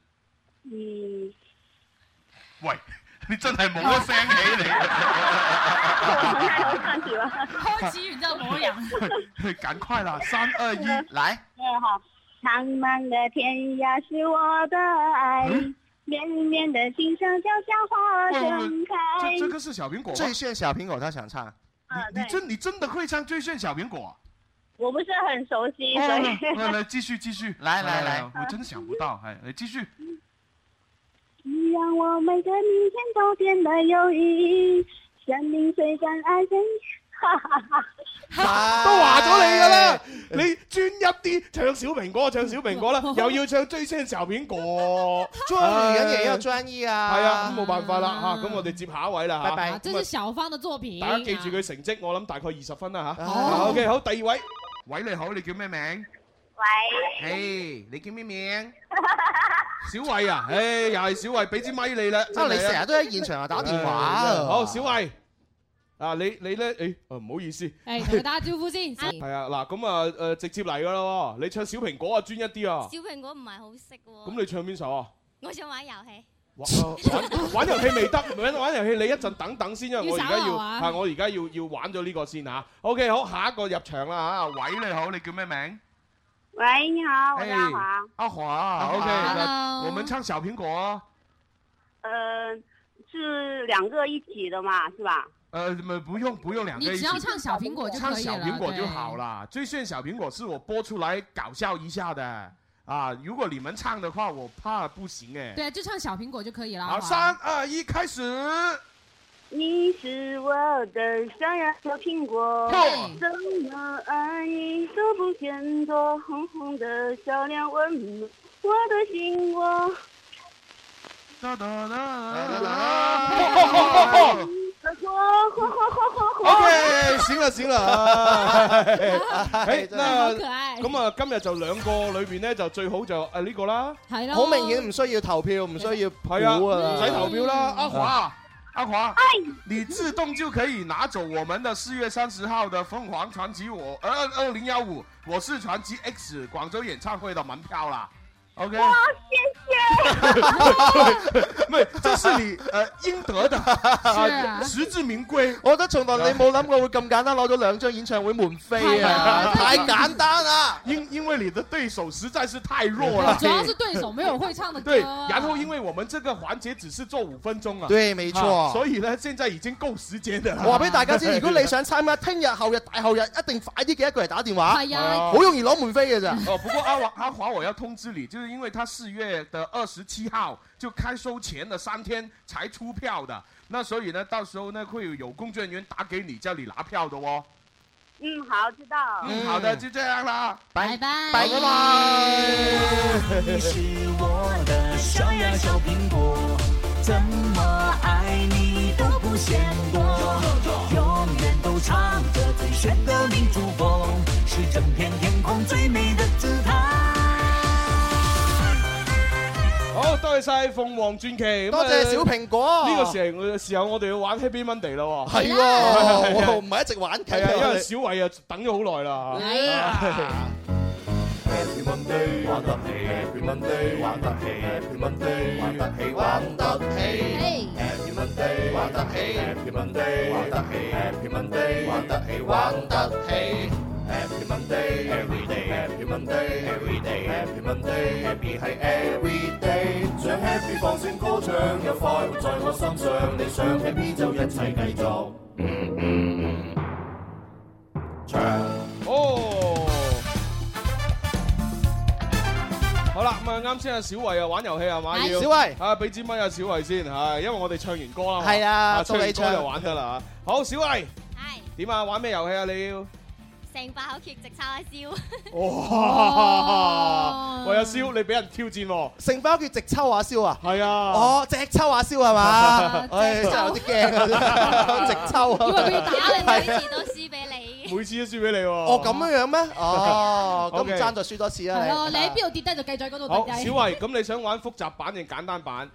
嗯，
喂， [laughs] 你真係冇咗聲起
从哪里
你。
唱起吧？
開始完之後冇
[laughs]
人。
赶快啦，三二一，
来。
嗯，好。苍茫的天涯是我的爱，
嗯
绵绵的青山脚下花正开。
这这个是小苹果吗
最炫小苹果，他想唱。
你你真你真的会唱《最炫小苹果
啊
啊
我不是很熟悉，》所
哦？
以。
来来，继续继续，
来
哎
来来
我真想不到，哎，来继续。
你让我每个明天都变得有意义，生命虽然爱人，哈哈哈。
都話咗你噶啦，你專一啲唱小蘋果，唱小蘋果啦，
[laughs]
又要唱追星小蘋果，
专人也
哎
要专一啊！
係啊，咁冇辦法啦嚇，咁我哋接下一位啦嚇，
拜拜
咁啊
这是小芳的作品。啊
大家記住佢成績，我諗大概二十分啦嚇。
哦
OK，好，第二位，喂你好，你叫咩名？
喂，
誒，你叫咩名？ [laughs] 小慧啊，誒又係小慧，俾支咪你啦。
啊你成日都喺現場啊打電話啊
唉真係好，小慧，啊你你咧，誒啊唔好意思。
诶，同佢打下招呼先。
係啊，嗱咁啊誒直接嚟噶啦喎，你唱小蘋果啊專一啲啊。
小蘋果唔係好識喎。
咁你唱邊
[laughs]
首啊？
我想玩遊戲。
玩玩玩遊戲未得，玩玩遊戲你一陣等等先，因為我而家
要稍
要
後啊
係我而家要要玩咗呢個先嚇。OK，好，下一個入場啦啊嚇。喂，你好，你叫咩名？
喂，你好，我是阿
哎
啊
华。
阿啊華，OK，那
Hello
我们唱小蘋果啊。
呃，是两个一起的嘛，是吧？
呃，没不用不用两个一起，
你只要唱小苹果就可以了
唱小苹果就好啦。最炫小蘋果是我播出来搞笑一下的啊，如果你们唱的话，我怕不行哎。
对，就唱小苹果就可以了。
好，
吧
三二一，开始。
你是我的小呀小苹果
哎
哦，
怎么爱你都不嫌多，红红的小脸温暖我的心窝。
哒哒
OK，行了行了。 [laughs] 哎
好
那
可愛
咁啊，今日就兩個裏邊咧，就最好就誒呢個啦。
係
好明
嗯
顯唔需要投票，唔需要
係啊，
估啊，
嗯
唔使投票啦。阿華，阿華，
哎
你自動就可以拿走我們的四月三十號的鳳凰傳奇我二二零幺五我是傳奇 X 廣州演唱會的門票啦。OK，
哇，谢谢。
[laughs] 妹，這是你呃應得的，啊實至名歸。
我覺得從來你冇諗過會咁簡單攞咗兩張演唱會門飛啊！ [laughs] 太簡單啦！
因因為你的對手實在是太弱了，
哎主要是对手没有会唱的歌。啊
对，啊然后因为我们这个环节只是做五分钟啊，
对没错
啊所以呢，现在已经够时间的了。
我話俾大家知，如果你想參加，聽日、後日、大後日一定快啲記得過嚟打電
哎
話，
係啊
好容易攞門飛嘅咋。
哦，不过阿华阿华，我要通知你，就是因为他四月的二十七号就开收前的三天才出票的，那所以呢，到时候呢会有工作人员打给你，叫你拿票的哦。
嗯，好，知道。
嗯，好的，就这样啦，
拜拜，
拜拜。
你是我的小呀小苹果，怎么爱你都不嫌多，永远都唱着最炫的民族风，是整片天空最美的姿态。
好，多謝晒鳳凰傳奇，啊
多謝小蘋果
呢個時候時候我哋要玩 Happy Monday 啦喎，
係喎我唔係一直玩嘅
係啊，因為小偉啊等咗好耐啦。
係
哎
啊
Happy Monday，玩得起；Happy Monday，玩得起；Happy Monday，玩得起，玩得起。Happy Monday，玩得起；Happy Monday，玩得起；Happy Monday，玩得起，玩得起。Happy Monday, every day. Happy Monday, every day. Happy Monday, happy 係 every day。想 happy 放聲歌唱，有快活在我心上。你想 happy 就一切繼續。唱
哦。好啦，咁啊，啱先阿小慧啊玩遊戲係嘛？
係
要
小慧
啊，俾支咪阿小慧先嚇，因為我哋唱完歌啦嘛。
係啊
唱
到
完歌
你唱
就玩得啦嚇。好，小慧。係。點啊？玩咩遊戲啊？你要？
成把口缺席叉燒。
哇！喂，阿蕭，你俾人挑戰喎。
成包叫直抽阿蕭啊？
係啊。
哦，直抽阿蕭係嘛？唉，真係有啲驚啊！直抽啊！
以為佢要打你每次
係
都輸俾你。
每次都輸俾你喎。
哦，咁樣樣咩？哦，咁
OK
爭再輸多次
係
啊！
咯，你喺邊度跌低就繼續喺嗰度
好，
跌低。
小慧，咁你想玩複雜版定簡單版？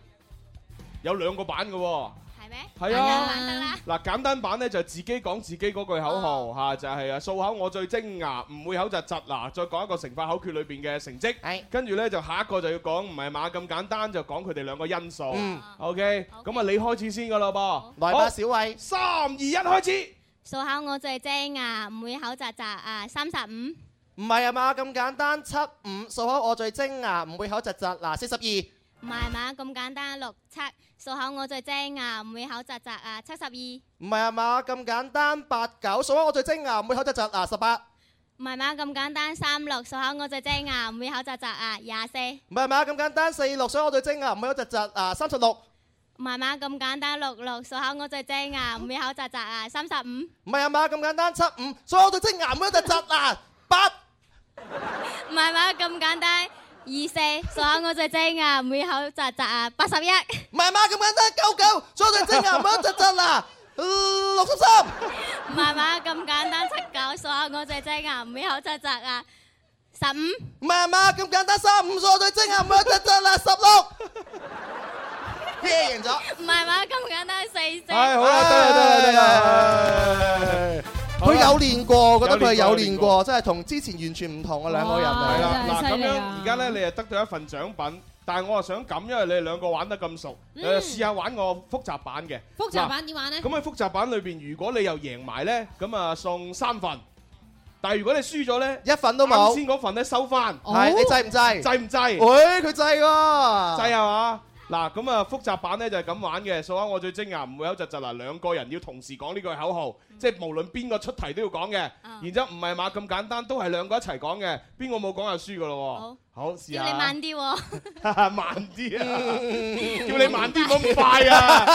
有兩個版嘅喎。係咩？係
哎
啊。嗱，簡單版咧就自己講自己嗰句口號嚇，就係啊數口我最精牙，唔會口窒窒嗱。再講一個乘法口訣裏邊嘅成績。跟住咧就下一個就要講唔係馬咁簡單，就講佢哋兩個因素。
嗯
OK，咁啊你開始先㗎啦噃。
來吧，小慧。
三二一，開始。
數考我最精啊，唔會口窒窒啊，三十五。
唔係啊嘛，咁簡單七五數口我最精啊，唔會口窒窒嗱，四十二
唔係嘛，咁簡單六七，數考我最精啊，唔會口窒窒啊，七十二。唔
唔係啊嘛，咁簡單八九數口我最精啊，唔會口窒窒嗱，十八
係嘛，咁簡單三六，數考我最精啊，唔會口窒窒啊，廿四。
唔係啊嘛，咁簡單四六數口我最精啊，唔會口窒窒嗱，三十六
唔係嘛，咁簡單六六，數考我最精啊，唔會口窒窒啊，三十五。
唔係啊嘛，咁簡單七五數口我最精啊，唔會口窒窒嗱，八
唔係嘛，咁簡單二四，數考我最精啊，唔會口窒窒啊，八十一。
唔係嘛，咁簡單九九數口我最精啊，唔會口窒窒嗱，六十三
唔係嘛，咁簡單七九，數考我最精啊，唔會口窒窒啊，十五。
唔係啊嘛，咁簡單三五數口我最精啊，唔會口窒窒嗱，十六贏咗。
唔係嘛，咁簡單四四。
唉，好啦，得啦，得啦，得啦。
佢有練過，我覺得佢係有
有練過
練
有練
過，真係同之前完全唔同嘅兩個人
係啦，
嚟。
啊
嗱咁樣而家咧，你係得到一份獎品，但係我係想咁，因為你哋兩個玩得咁熟，你就試下玩個複雜版嘅。
複雜版點
[laughs]
玩咧
嗱。？咁喺複雜版裏邊，如果你又贏埋咧，咁啊送三份。但係如果你輸咗咧，
一份都冇
啱先嗰份咧收翻。 [laughs]
係
哦
你制唔制？
制唔制？
喂，佢制喎。
制係嘛？嗱，咁啊複雜版咧就係咁玩嘅，數下我最精牙唔會口窒窒嗱，兩個人要同時講呢句口號，即係無論邊個出題都要講嘅，然之後唔係嘛咁簡單，都係兩個一齊講嘅，邊個冇講就輸噶咯喎。好，試
要
下。
你慢啲喎。
[laughs] 慢啲啊！叫你慢啲冇咁快啊！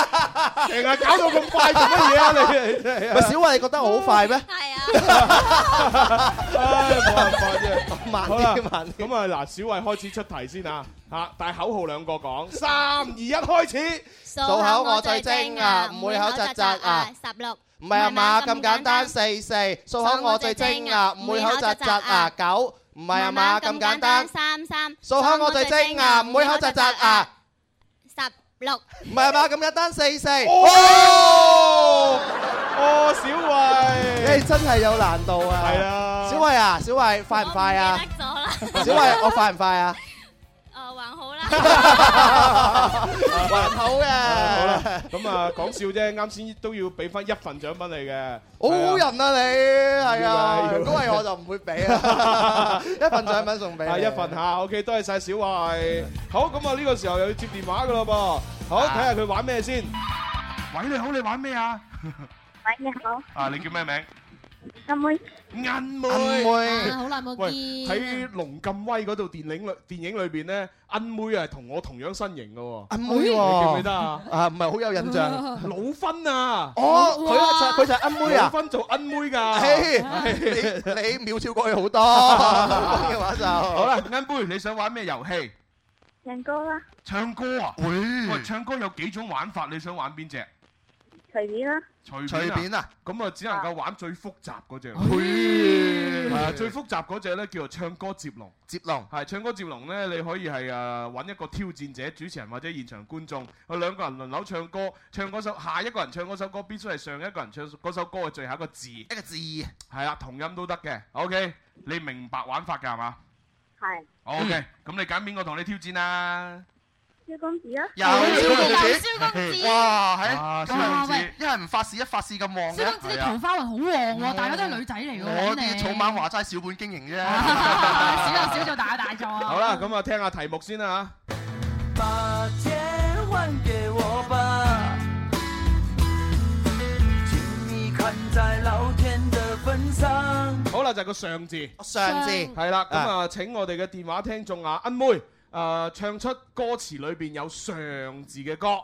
成日搞到咁快做乜嘢啊你？你 [laughs] 真係啊
咪小慧覺得我好快 [laughs] 咩？
唉冇辦法啫，
慢
好啦
啲慢啲。
咁啊嗱，小慧開始出題先啊！嚇，但係口號兩個講，三二一開始。
數
數口我最精啊，唔會口窒窒啊。
十六。
唔係啊嘛，咁簡單四四，數口我最精啊，唔會口窒窒啊。九唔係啊嘛，咁簡單。
三三。
數口我最精
à?
啊，唔會口窒窒啊。
十六。
唔係啊嘛，咁簡單四四。
哦，哦，小慧，
你真係有難度啊！
係啊
小慧啊，小慧快唔快啊？
得咗啦。
小慧，我快唔快啊？ [laughs]
誒，還好啦。
還好嘅
好啦，咁啊講笑啫，啱先都要俾翻一份獎品你嘅。
好好人啊你，係
要
啊
㗎，要㗎
如果係我就唔會俾啊，一份獎品送俾
啊
你
一份嚇，OK，多謝晒小慧。好，咁啊呢個時候又要接電話噶啦噃。好，睇下佢玩咩先。
喂，你好，你玩咩啊？
喂，你好，
啊，你叫咩名？
銀妹，
銀妹。啊好耐冇
喂
見
喺龍咁威嗰套電影裏電影裏邊咧，銀妹啊係同我同樣身形嘅喎。
妹喎
你記唔記得啊？
[laughs] 啊，唔係好有印象。
老芬啊！
哦，佢就佢就係恩妹
老
啊。
芬做恩妹㗎。
嘿
係
你你秒超過佢
[laughs]
好多嘅話就
好啦，恩妹，你想玩咩遊戲？
人歌啦，
唱歌啊？
嗯
喂，唱歌有幾種玩法？你想玩邊只？
隨便啦。
隨
隨便啊！
咁啊，只能夠玩最複雜嗰
哎
只。係啊，最複雜嗰只咧叫做唱歌接龍。
接龍
係唱歌接龍咧，你可以係誒揾一個挑戰者、主持人或者現場觀眾，有兩個人輪流唱歌，唱嗰首下一個人唱嗰首歌，必須係上一個人唱嗰首歌嘅最後一個字。一
個字。
係啦，同音都得嘅。OK，你明白玩法㗎係嘛
係
？OK，咁你揀邊個同你挑戰啊？
蕭公子啊，
有蕭公子，哇，
啊
係，
蕭公子
咁係一係唔發市，一發市咁
啊
旺嘅，
蕭公子啲桃花運好旺喎，大家都係女仔嚟嘅喎。
我啲
你
草蜢
[laughs]
話齋小本經營啫，
小有小做，大有大做啊！
好啦，咁啊，聽下題目先啦啊
把錢還給我吧，請你看在老天的份上。
吓。好啦，就係個上字。
上字
係啦，咁啊，請我哋嘅電話聽眾啊，恩妹，誒唱出歌詞裏邊有上字嘅歌。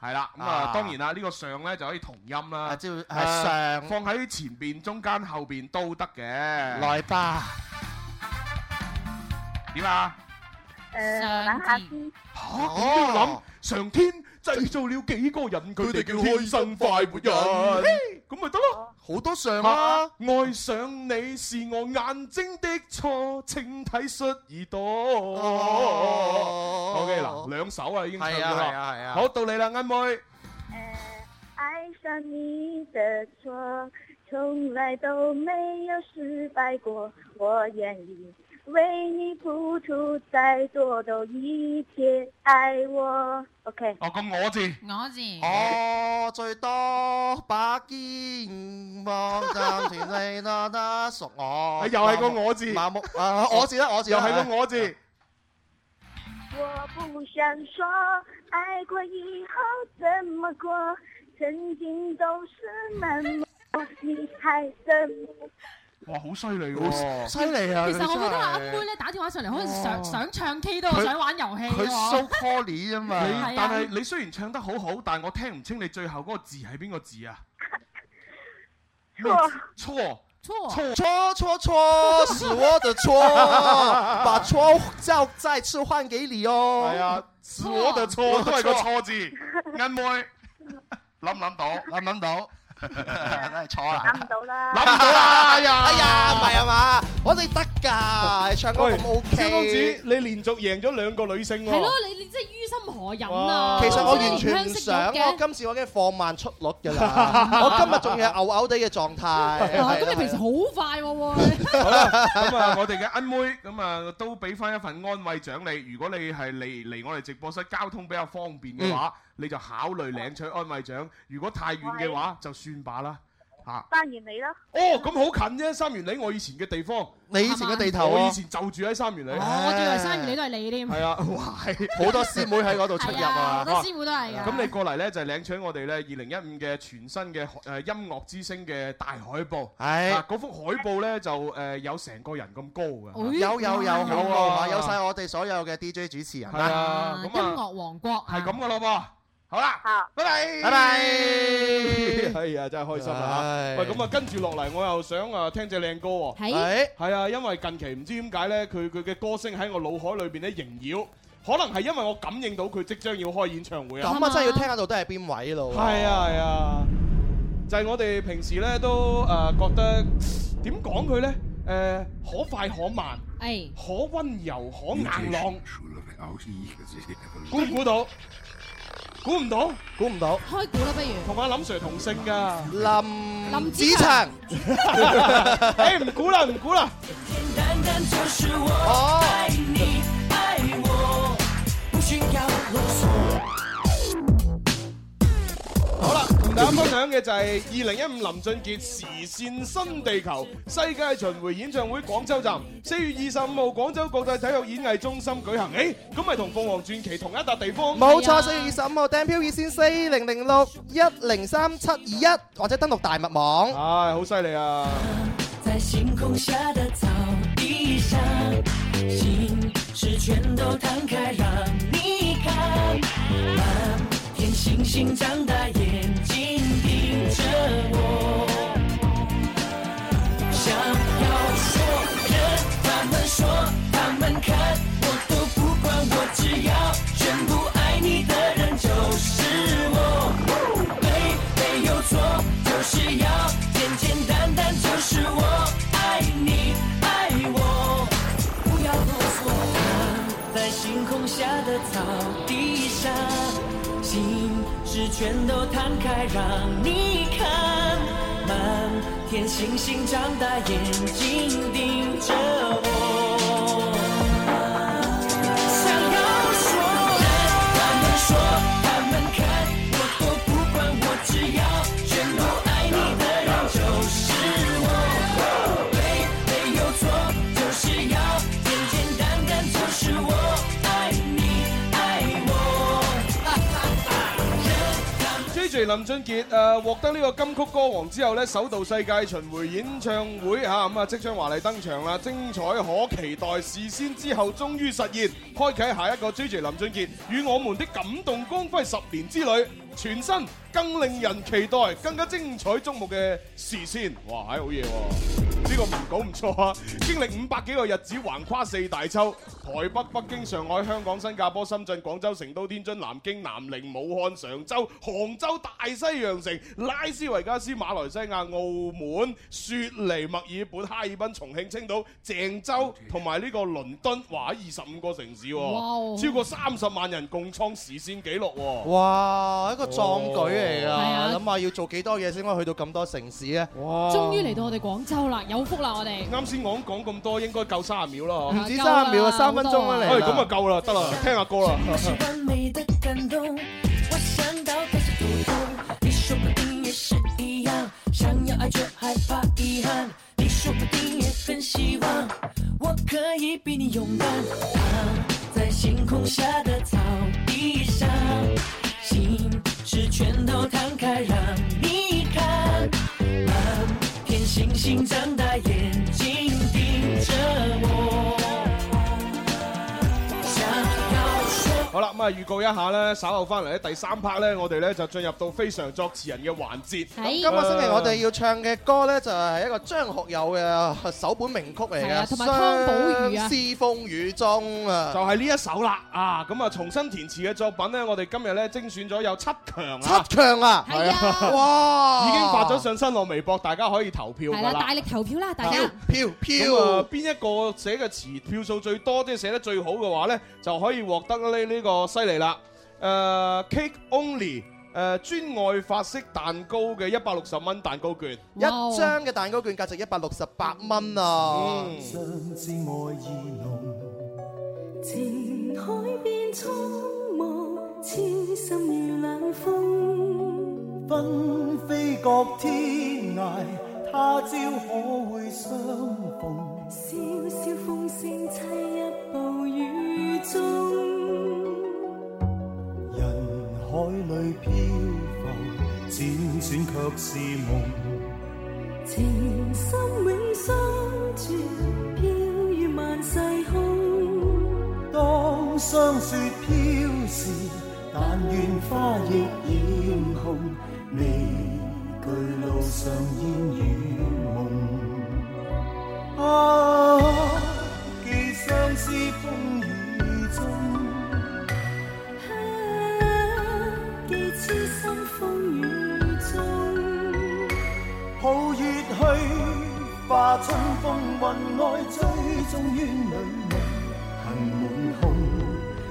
係啦，咁啊
啊，
當然啦，呢個上咧就可以同音啦，
即係
誒
上
放喺前邊、中間、後邊都得嘅。
來吧，
點啊？
誒，玩下先。
嚇咁都要諗，上天製造了幾個人，佢哋叫開心快活人，咁咪得咯。
好多上
啊！愛上你是我眼睛的錯，請體恤耳朵。OK 嗱，兩首啊已經唱咗
係啊係啊係
啦
啊，
好到你啦，恩妹。
呃爱上你的错，从来都没有失败过。我愿意为你付出再多，都一切爱我。OK，
哦，個我字。
我字。
哦
我最多把肩膀暫時你啦啦屬我，
又係個我字
麻木啊！我字啦，我字啦
又係個我字。
我不想说，爱过以后怎么过？曾经都是那么多，你还怎么？
哇，好犀利
好
喎！
犀利啊
其實我覺得阿
真係
妹咧打電話上嚟，可能
哦
想想唱 K 都
佢
想玩遊戲
佢
喎。
so callie 啊嘛，
你
係啊
但係你雖然唱得好好，但我聽唔清你最後嗰個字係邊個字啊？咩字錯。
錯
搓搓搓，是我的搓，把搓就再次換給你哦。
係啊，是我的錯都係個錯字。恩妹，諗唔諗到？
諗唔諗到？真係錯啦！
諗唔到
啊
啦，
諗唔到啦！哎呀，
哎呀，唔係啊嘛，我哋得㗎，唱歌
喂，
咁 OK。
蕭公子，你連續贏咗兩個女性喎。
係咯，你你真係於心何忍啊！
其實我完
真係
全
憐
唔
香惜玉
想，我
嘅。
今次我已經放慢出率㗎啦。我今日仲要係嘔嘔地嘅狀態。
哇咁你平時好快喎會。
好啦，咁 [laughs] 啊，我哋嘅恩妹咁啊，都俾翻一份安慰獎你。如果你係嚟嚟我哋直播室交通比較方便嘅話，你就考慮領取安慰獎。如果太遠嘅話，就算罷啦。嚇！
翻完你啦。
哦，咁好近啫，三元里我以前嘅地方，
你以前嘅地頭
我
啊
以，前就住喺三元里。
哦我以為生完你都係你添。
係啊， [laughs] 哇，係
好多師妹喺嗰度出入
係
哦
啊，好
啊
多。師傅都係
咁
㗎。
你過嚟呢，就係領取我哋呢二零一五嘅全新嘅誒音樂之星嘅大海報。
係
啊嗰幅海報呢，就誒有成個人咁高
哎
嘅。
有有有好
有啊
啊，有晒我哋所有嘅 DJ 主持人
係
啦。
啊，
音
咁啊
樂王國啊
係咁嘅咯噃。好啦，
好，
拜拜，
拜
[laughs]
拜
係啊，真係開心啊！
唉
喂，咁啊，跟住落嚟，我又想啊聽只靚歌喎。
係
哎
係啊，因為近期唔知點解呢，佢佢嘅歌聲喺我腦海裏邊咧縈繞，可能係因為我感應到佢即將要開演唱會啊。
咁啊，真係要聽下到底係邊位咯喎。
係啊係啊，就係、我哋平時咧都誒、呃、覺得 [sniffs] 點講佢咧誒可快可慢，
係
可温柔可硬朗，估唔估到？估唔到？
估唔到。
開估啦，不如。
同阿林 Sir 同姓㗎。
林
林子
子祥
祥。
誒唔估啦唔估啦，
单单就是我爱你爱我，不需要啰嗦。
好啦，唔大家分享嘅就係二零一五林俊傑時線新地球世界巡迴演唱會廣州站，四月二十五號廣州國際體育演藝中心舉行。誒，咁咪同鳳凰傳奇同一笪地方？
冇錯，四月二十五號訂票熱線四零零六一零三七二一，或者登錄大麥網。
唉，好犀利啊！
在星空下的草地上，心事全都摊开让你看。满天星星长大，眼睛盯着我，想要说的他们说，他们看我都不管，我只要全部爱你的人就是我。没没有错，就是要简简单单，就是我爱你爱我。不要啰嗦，躺在星空下的草地上，心事全都摊开让你看。满天星星长大，眼睛盯着我。想要说的，他们说，他们看，我都不管，我只要全部爱你的人就是我。没没有错，就是要简简单单，就是我爱你爱我。
J J 林俊傑誒獲得呢個金曲歌王之後咧，首度世界巡迴演唱會嚇咁啊，即將華麗登場啦！精彩可期待，事先之後終於實現，開啟下一個 J J 林俊傑與我們的感動光輝十年之旅，全新更令人期待、更加精彩矚目嘅事先，哇！係好嘢喎！呢個文稿唔錯啊！經歷五百幾個日子，橫跨四大洲，台北、北京、上海、香港、新加坡、深圳、廣州、成都、天津、南京、南寧、武漢、常州、杭州、大西洋城、拉斯維加斯、馬來西亞、澳門、雪梨、墨爾本、哈爾濱、重慶、青島、鄭州同埋呢個倫敦，哇！二十五個城市
哇
喎，超過三十萬人共創時線紀錄喎。
哇！一個壯舉
哦
嚟
係
啊！
啊
諗下要做幾多嘢先可以去到咁多城市咧？
哇
終於嚟到我哋廣州啦，有福啦我哋。
啱先我講咁多，應該夠三十秒啦，嗬
唔止三十秒啊，三分鐘啦
哎
你。
咁啊夠啦，得啦，聽下歌啦。
是完美的感动。我想到的是不同，你说不定也是一样，想要爱却害怕遗憾。你说不定也很希望，我可以比你勇敢。躺在星空下的草地上，心事全都摊开让你看。满天星星长大眼睛盯着我。
好啦，咁啊預告一下咧，稍後翻嚟咧第三 part 咧，我哋咧就進入到非常作詞人嘅環節。
咁今個星期我哋要唱嘅歌咧，就係一個張學友嘅首本名曲嚟
係
嘅
啊，同埋湯寶如啊
相思風雨
[laughs]
中
就
啊，
係呢一首啦，啊咁啊重新填詞嘅作品咧，我哋今日咧精選咗有七強啊，
七強啊，
係啊，
哇！
已經發咗上新浪微博，大家可以投票
係
㗎
啦，
啦
大。力投票啦，大家。
票
咁啊，邊一個寫嘅詞票數最多，即係寫得最好嘅話咧，就可以獲得呢呢個犀利啦。誒、Cake Only 誒、專愛法式蛋糕嘅一百六十蚊蛋糕券，
一張嘅蛋糕券價值一百六十八蚊啊！
情海邊蒼茫，痴心如冷風。
分飛各天涯，他朝可會相逢？
萧萧風聲凄泣暴雨中，
海裏漂浮，輾轉卻是夢。
情深永相絕，飄於萬世空。
當霜雪飄時，但願花亦染紅。你巨路上煙雨夢。啊，寄相思風雨中。
記痴心風雨中。
抱月去，化春風雲外追蹤圈裏夢，恨滿胸，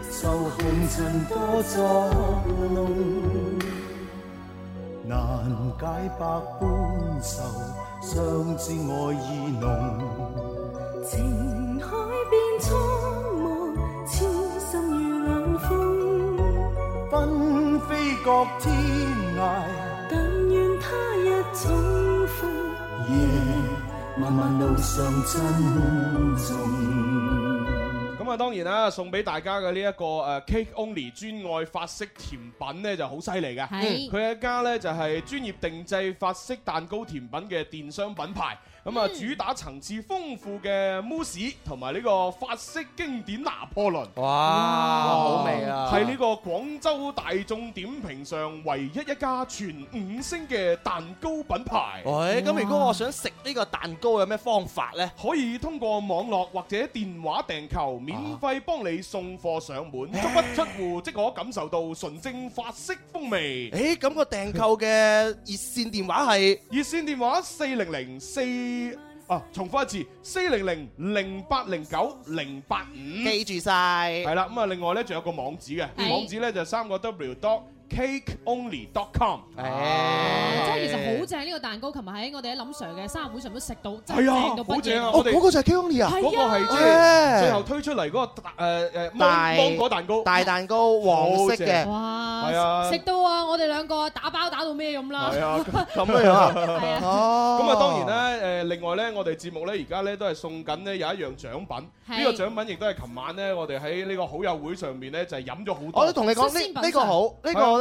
受紅塵多作弄，難解百般愁，相知愛意濃。
情海邊蒼茫，痴心如冷風。
分飛各天涯，
等
他一種風，
夜漫漫路上珍重。
咁啊，當然啦，送俾大家嘅呢一個誒 Cake Only 專愛法式甜品呢就好犀利嘅。
嗯
係哦
佢一家呢就係專業定製法式蛋糕甜品嘅電商品牌。咁啊，主打層次豐富嘅 mousse 同埋呢個法式經典拿破崙。
哇好味啊
係呢個廣州大眾點評上唯一一家全五星嘅蛋糕品牌。
喂，咁如果我想食呢個蛋糕，有咩方法呢？
可以通過網絡或者電話訂購，免費幫你送貨上門，
啊
足不出户即可感受到純正法式風味。
誒，咁個訂購嘅熱線電話係
熱線電話四零零四啊，重複一次四零零零八零九零八五，
記住晒。
係啦，咁啊，另外咧仲有個網址嘅，
係
網址咧就三個 W dot cakeonly dot com。
哎
即係其實好正呢個蛋糕，琴日喺我哋喺林 Sir 嘅生日會上都食到，真係
係啊
正到不
好正啊
得
我哋
嗰個就係 k i o n i 啊，
係啊
嗰個係即
哎
係最後推出嚟嗰個大誒誒
大
芒芒果蛋糕，
大蛋糕，黃色
好
嘅
正。
哇
係啊
食到啊！我哋兩個打包打到咩咁啦？
係
[laughs]
啊，
咁樣啊
係啊
哦
咁啊，當然咧，誒，另外咧，我哋節目咧，而家咧都係送緊呢有一樣獎品，
係
呢個獎品亦都係琴晚咧，我哋喺呢個好友會上面咧就係飲咗好多。
我都同你講呢呢個好，呢個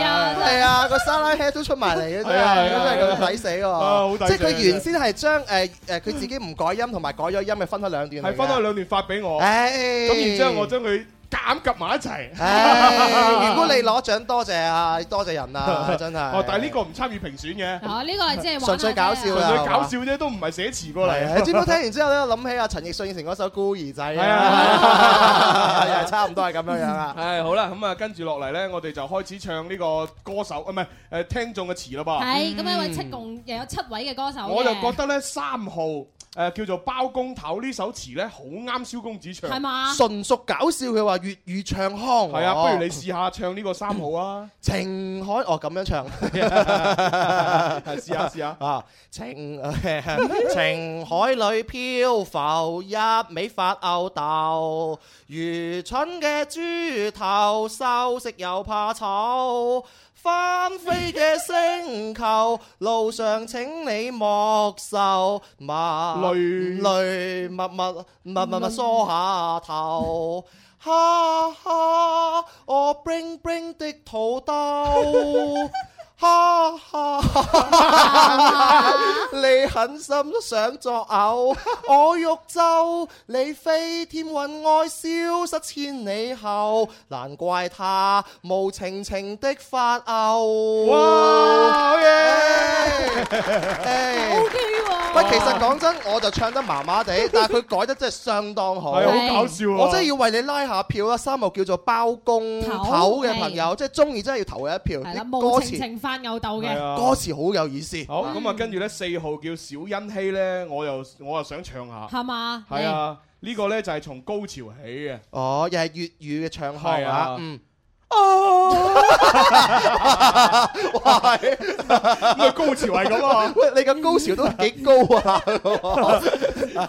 啊
係啊，個沙冷氣都出埋嚟嘅，真
係啊
係
係啊
真係咁抵死
啊好
喎
抵！
即
死
係佢原先係將誒誒佢自己唔改音同埋改咗音，咪分開兩段嚟嘅，
係分開兩段發俾我，
唉
咁然之後我將佢夾夾埋一齊。 [laughs]
唉如果你攞獎，多謝啊，多謝人啊，真係。
哦，但係呢個唔參與評選嘅，
啊，呢個係即係玩下啫
純粹搞笑
純
啦
粹搞笑啊啫，都唔係寫詞過
係啊
嚟。
知唔知聽完之後咧，我諗起阿陳奕迅以前嗰首《孤兒仔》
係啊 [laughs]
啊，又係差唔多係咁樣樣啊。
係好啦，咁啊，跟住落嚟咧，我哋就開始唱呢個歌手，啊唔係誒聽眾嘅詞啦噃。
係咁，因為七共又有七位嘅歌手嘅
我就覺得咧三號誒叫做包公頭呢首詞咧，好啱蕭公子唱。
係嘛
純屬搞笑，佢話粵語唱腔。
係
哦
啊，不如你試下唱呢個三號啊！
情海哦咁樣唱，
[laughs] 試下試下
啊！情情海裏漂浮，一味發吽豆，愚蠢嘅豬頭，收食又怕醜。翻飛嘅星球，路上請你莫愁，默
淚
淚默默默默默梳下頭。哈哈，我 bling bling 的土豆，哈哈， [laughs] 你狠心都想作嘔， [laughs] 我欲咒你飛天雲外消失千里後，難怪他無情情的發吽。 [laughs]
哇好嘢
哎
O K 喎。
喂，其實講真，我就唱得麻麻地，但係佢改得真係相當好，
係好搞笑啊
我真係要為你拉下票啦！啊三號叫做包公
頭
頭嘅朋友，即係中意真係要投佢一票。
係啦，
啲歌
無情
詞
情發吽豆
係
嘅，
啊
歌詞好有意思。
好咁啊，跟住咧四號叫小欣希咧，我又我又想唱下。
係嘛？
係啊，呢個咧就係從高潮起 [laughs] 嘅。
哦，又係粵語嘅唱腔
係啊
啊！嗯，哦哇，係
咁啊高潮係咁啊！
[laughs] 喂，你嘅高潮都幾高啊！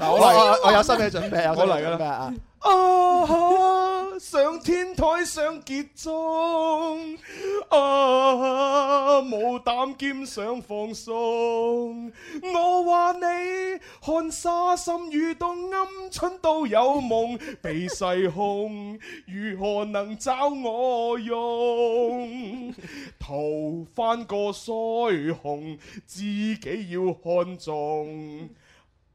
我我我有心理準備啊！
我嚟㗎啦
啦啊！
啊！上天台上結中，啊！冇膽兼想放鬆。我話你看沙心遇到鵪鶉都有夢，被世控，如何能找我用？頭翻個腮紅，自己要看重。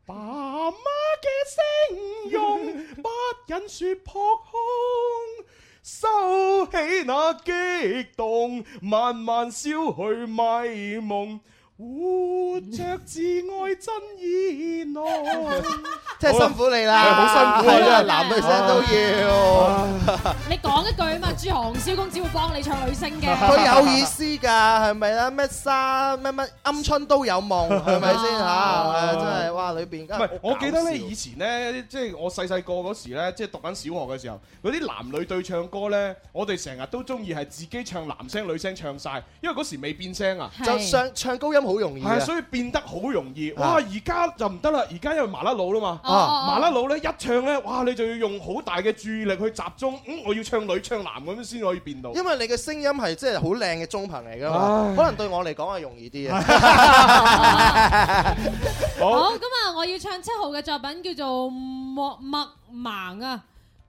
爸媽嘅聲容不忍説撲空，
收起那激動，慢慢消去迷蒙。活着自愛真意濃，
真係辛苦你啦，
好辛苦啊，
係啊
真係
男女聲都要。
你講一句啊嘛，朱紅蕭公子會幫你唱女聲嘅，
[laughs]
佢有意思㗎，係咪啦？咩沙咩乜鵪鶉都有夢，係咪先嚇？真係哇，裏邊
唔係，我記得咧，以前咧，即係我細細個嗰時咧，即係讀緊小學嘅時候，嗰啲男女對唱歌咧，我哋成日都中意係自己唱男聲女聲唱晒，因為嗰時未變聲啊，
就上唱高音好容易
係啊，
啊。
所以變得好容易。
啊
哇！而家就唔得啦，而家因為麻甩佬啦嘛，
哦哦
啊麻甩佬咧一唱咧，哇！你就要用好大嘅注意力去集中，嗯，我要唱女唱男咁樣先可以變到。
因為你嘅聲音係即係好靚嘅中頻嚟㗎嘛
唉，
可能對我嚟講係容易啲嘅。哦
好，咁啊，我要唱七號嘅作品叫做《莫默盲》啊，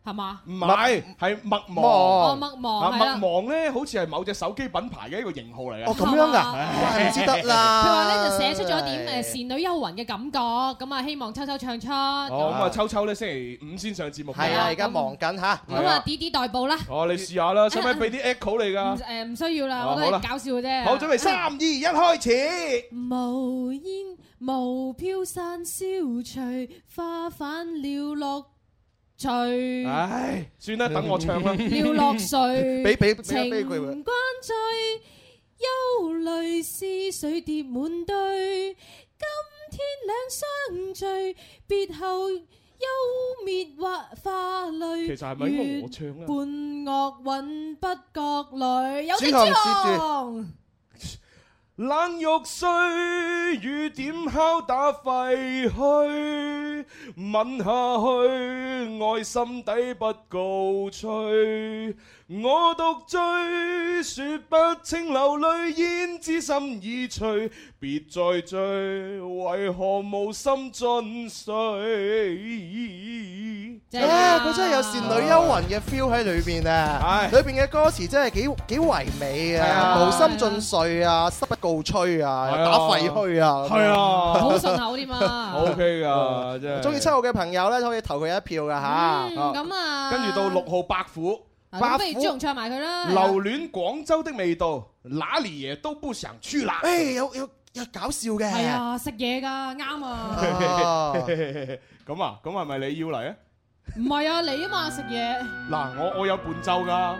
係嘛？
唔係，係麥芒。
哦麥芒
啊
係啦
麥芒咧，好似係某隻手機品牌嘅一個型號嚟嘅。
哦咁樣㗎哇唔知得啦
佢話咧就寫出咗一點誒呃倩女幽魂嘅感覺，咁啊希望秋秋唱出。
哦，咁
咁
啊，秋秋咧星期五先上節目㗎。
係啊而家
忙緊嚇。
咁啊，啲啲代步啦，
哦，你試下啦，使唔使
[laughs]
俾啲 echo 你
唔
㗎？
誒唔需要啦，
哦
我都
啊好啦
係搞笑嘅啫。
好，準備三二一，開始。
無煙無飄散消除，花瓣了落trời
唉，算啦，等我唱啦。
了落水，
啊 [laughs] 俾俾俾
情
俾佢
關醉，憂慮思緒疊滿堆。今天兩相聚，別後幽滅或化淚。
其實係咪我唱啊
伴樂韻不覺來，有請
朱
朱
紅
紅。
冷玉碎，雨點敲打廢墟，吻下去，愛心底不告吹。我獨醉，說不清流淚，焉知心已醉？別再追，為何無心進水？
啊！佢真係有倩女幽魂嘅 feel 喺裏邊啊！裏邊嘅歌詞真係幾幾唯美
係
啊，
啊
無心盡睡啊，失不告吹啊，
係啊
打廢墟啊，
係啊 [laughs] 好
順口添啊
OK 㗎真係
中意七號嘅朋友咧，可以投佢一票㗎嚇。
咁啊
跟住到六號白虎，
嗱咁不如朱紅唱埋佢啦。
哎
留戀廣州的味道，哪裡也都不想去啦。
誒有有有搞笑嘅，
係啊，食嘢㗎，啱啊。
[laughs] 咁啊，咁係咪你要嚟啊？
唔係啊，你啊嘛食嘢。
嗱，我我有伴奏噶，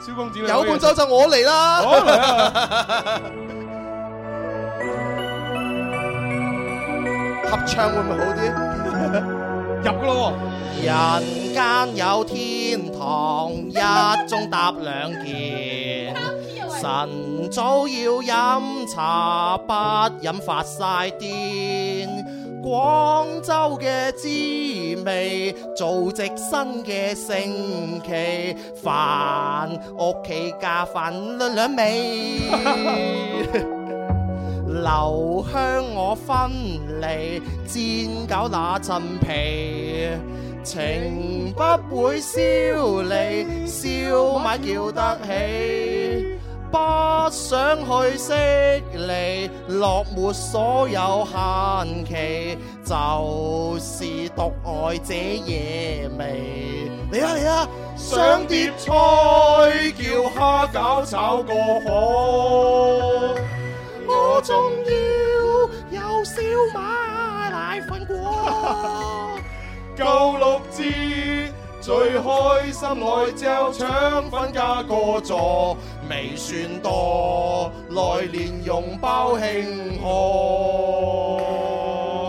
[laughs] 蕭公子你
有
可以
伴奏就我嚟啦
好嚟啊！
合唱會唔會好啲？
入噶咯
人間有天堂，一盅搭兩件。晨早要飲茶，不飲發晒癲。廣州嘅滋味，做直新嘅盛期，飯屋企加飯兩兩味。留香我分離，煎餃那陣皮，情不會燒你，燒賣叫得起。不想去悉尼，落沒所有限期，就是獨愛這野味。嚟啦嚟啦，
上碟菜叫蝦餃炒個河，
我仲要有燒賣奶粉果，
夠六支，最開心來嚼腸粉加個座，
未算多，來年用包慶賀。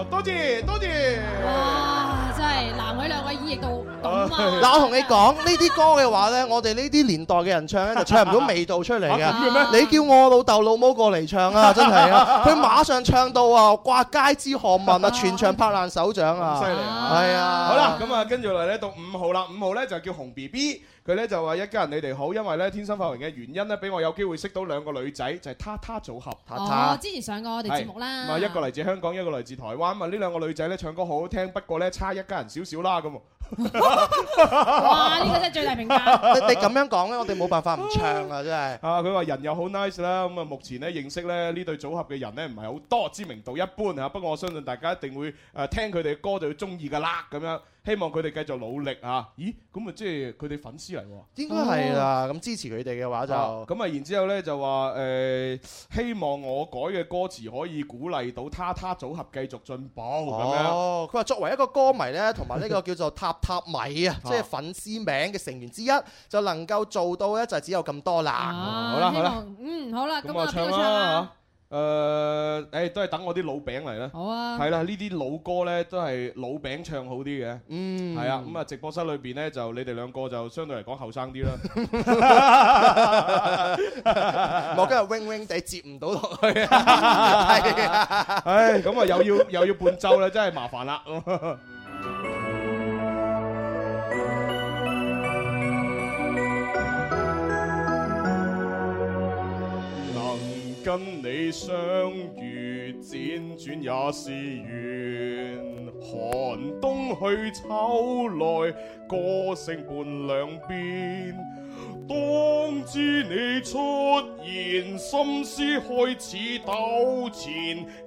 多謝多謝。
哇！真係男女兩位演繹到咁啊！
[laughs] 嗱，我同你講呢啲歌嘅話咧，我哋呢啲年代嘅人唱咧就唱
[laughs]
唔到味道出嚟
啊咁
嘅。
嘅
你叫我老豆老母過嚟
[laughs]
唱啊，真係啊！佢馬上唱到啊，掛街知巷
[laughs]
聞啊，全場拍爛手掌啊！
犀利啊
係啊！
好啦，咁啊，跟住嚟咧到五號啦，五號咧就叫紅 B B，佢咧就話一家人你哋好，因為咧天生發榮嘅原因咧，俾我有機會識到兩個女仔，就係他他組合，他
哦，之前上過我哋節目啦。
啊，一個嚟自香港，一個嚟自台灣，啊呢兩個女仔咧唱歌好好聽，不過咧差一家人少少啦咁喎。
哇！呢個真係最大評價。
你你咁樣講咧，我哋冇辦法唔唱啊！真係。
啊！佢話人又好 nice 啦，咁啊目前咧認識咧呢對組合嘅人咧唔係好多，知名度一般嚇。不過我相信大家一定會誒、呃、聽佢哋嘅歌就會中意噶啦咁樣。希望佢哋繼續努力啊！咦，咁啊，即係佢哋粉絲嚟喎。
應該係啦，咁支持佢哋嘅話就
啊哦咁啊，然之後咧就話誒、呃希望我改嘅歌詞可以鼓勵到他他組合繼續進步咁、
哦，佢話作為一個歌迷呢，同埋呢個叫做塔塔
[laughs]
米啊，即係粉絲名嘅成員之一，就能夠做到呢，就只有咁多啦。
好啦好啦
希望嗯，好啦，
樣。
咁
咁
我
啊，
邊個
唱
唱啊？
啦嚇。誒，誒都係等我啲老餅嚟啦。
好啊
係啦，呢啲老歌咧都係老餅唱好啲嘅。嗯，係啊，咁啊，直播室裏邊咧就你哋兩個就相對嚟講後生啲啦。
我今日 wing wing 地接唔到落 [laughs] 去，係 [laughs] 啊
唉，咁啊又要又要伴奏啦，真係麻煩啦。能跟你相遇，輾轉也是緣。寒冬去秋來，歌聲伴兩邊。當知你出現，心思開始糾纏，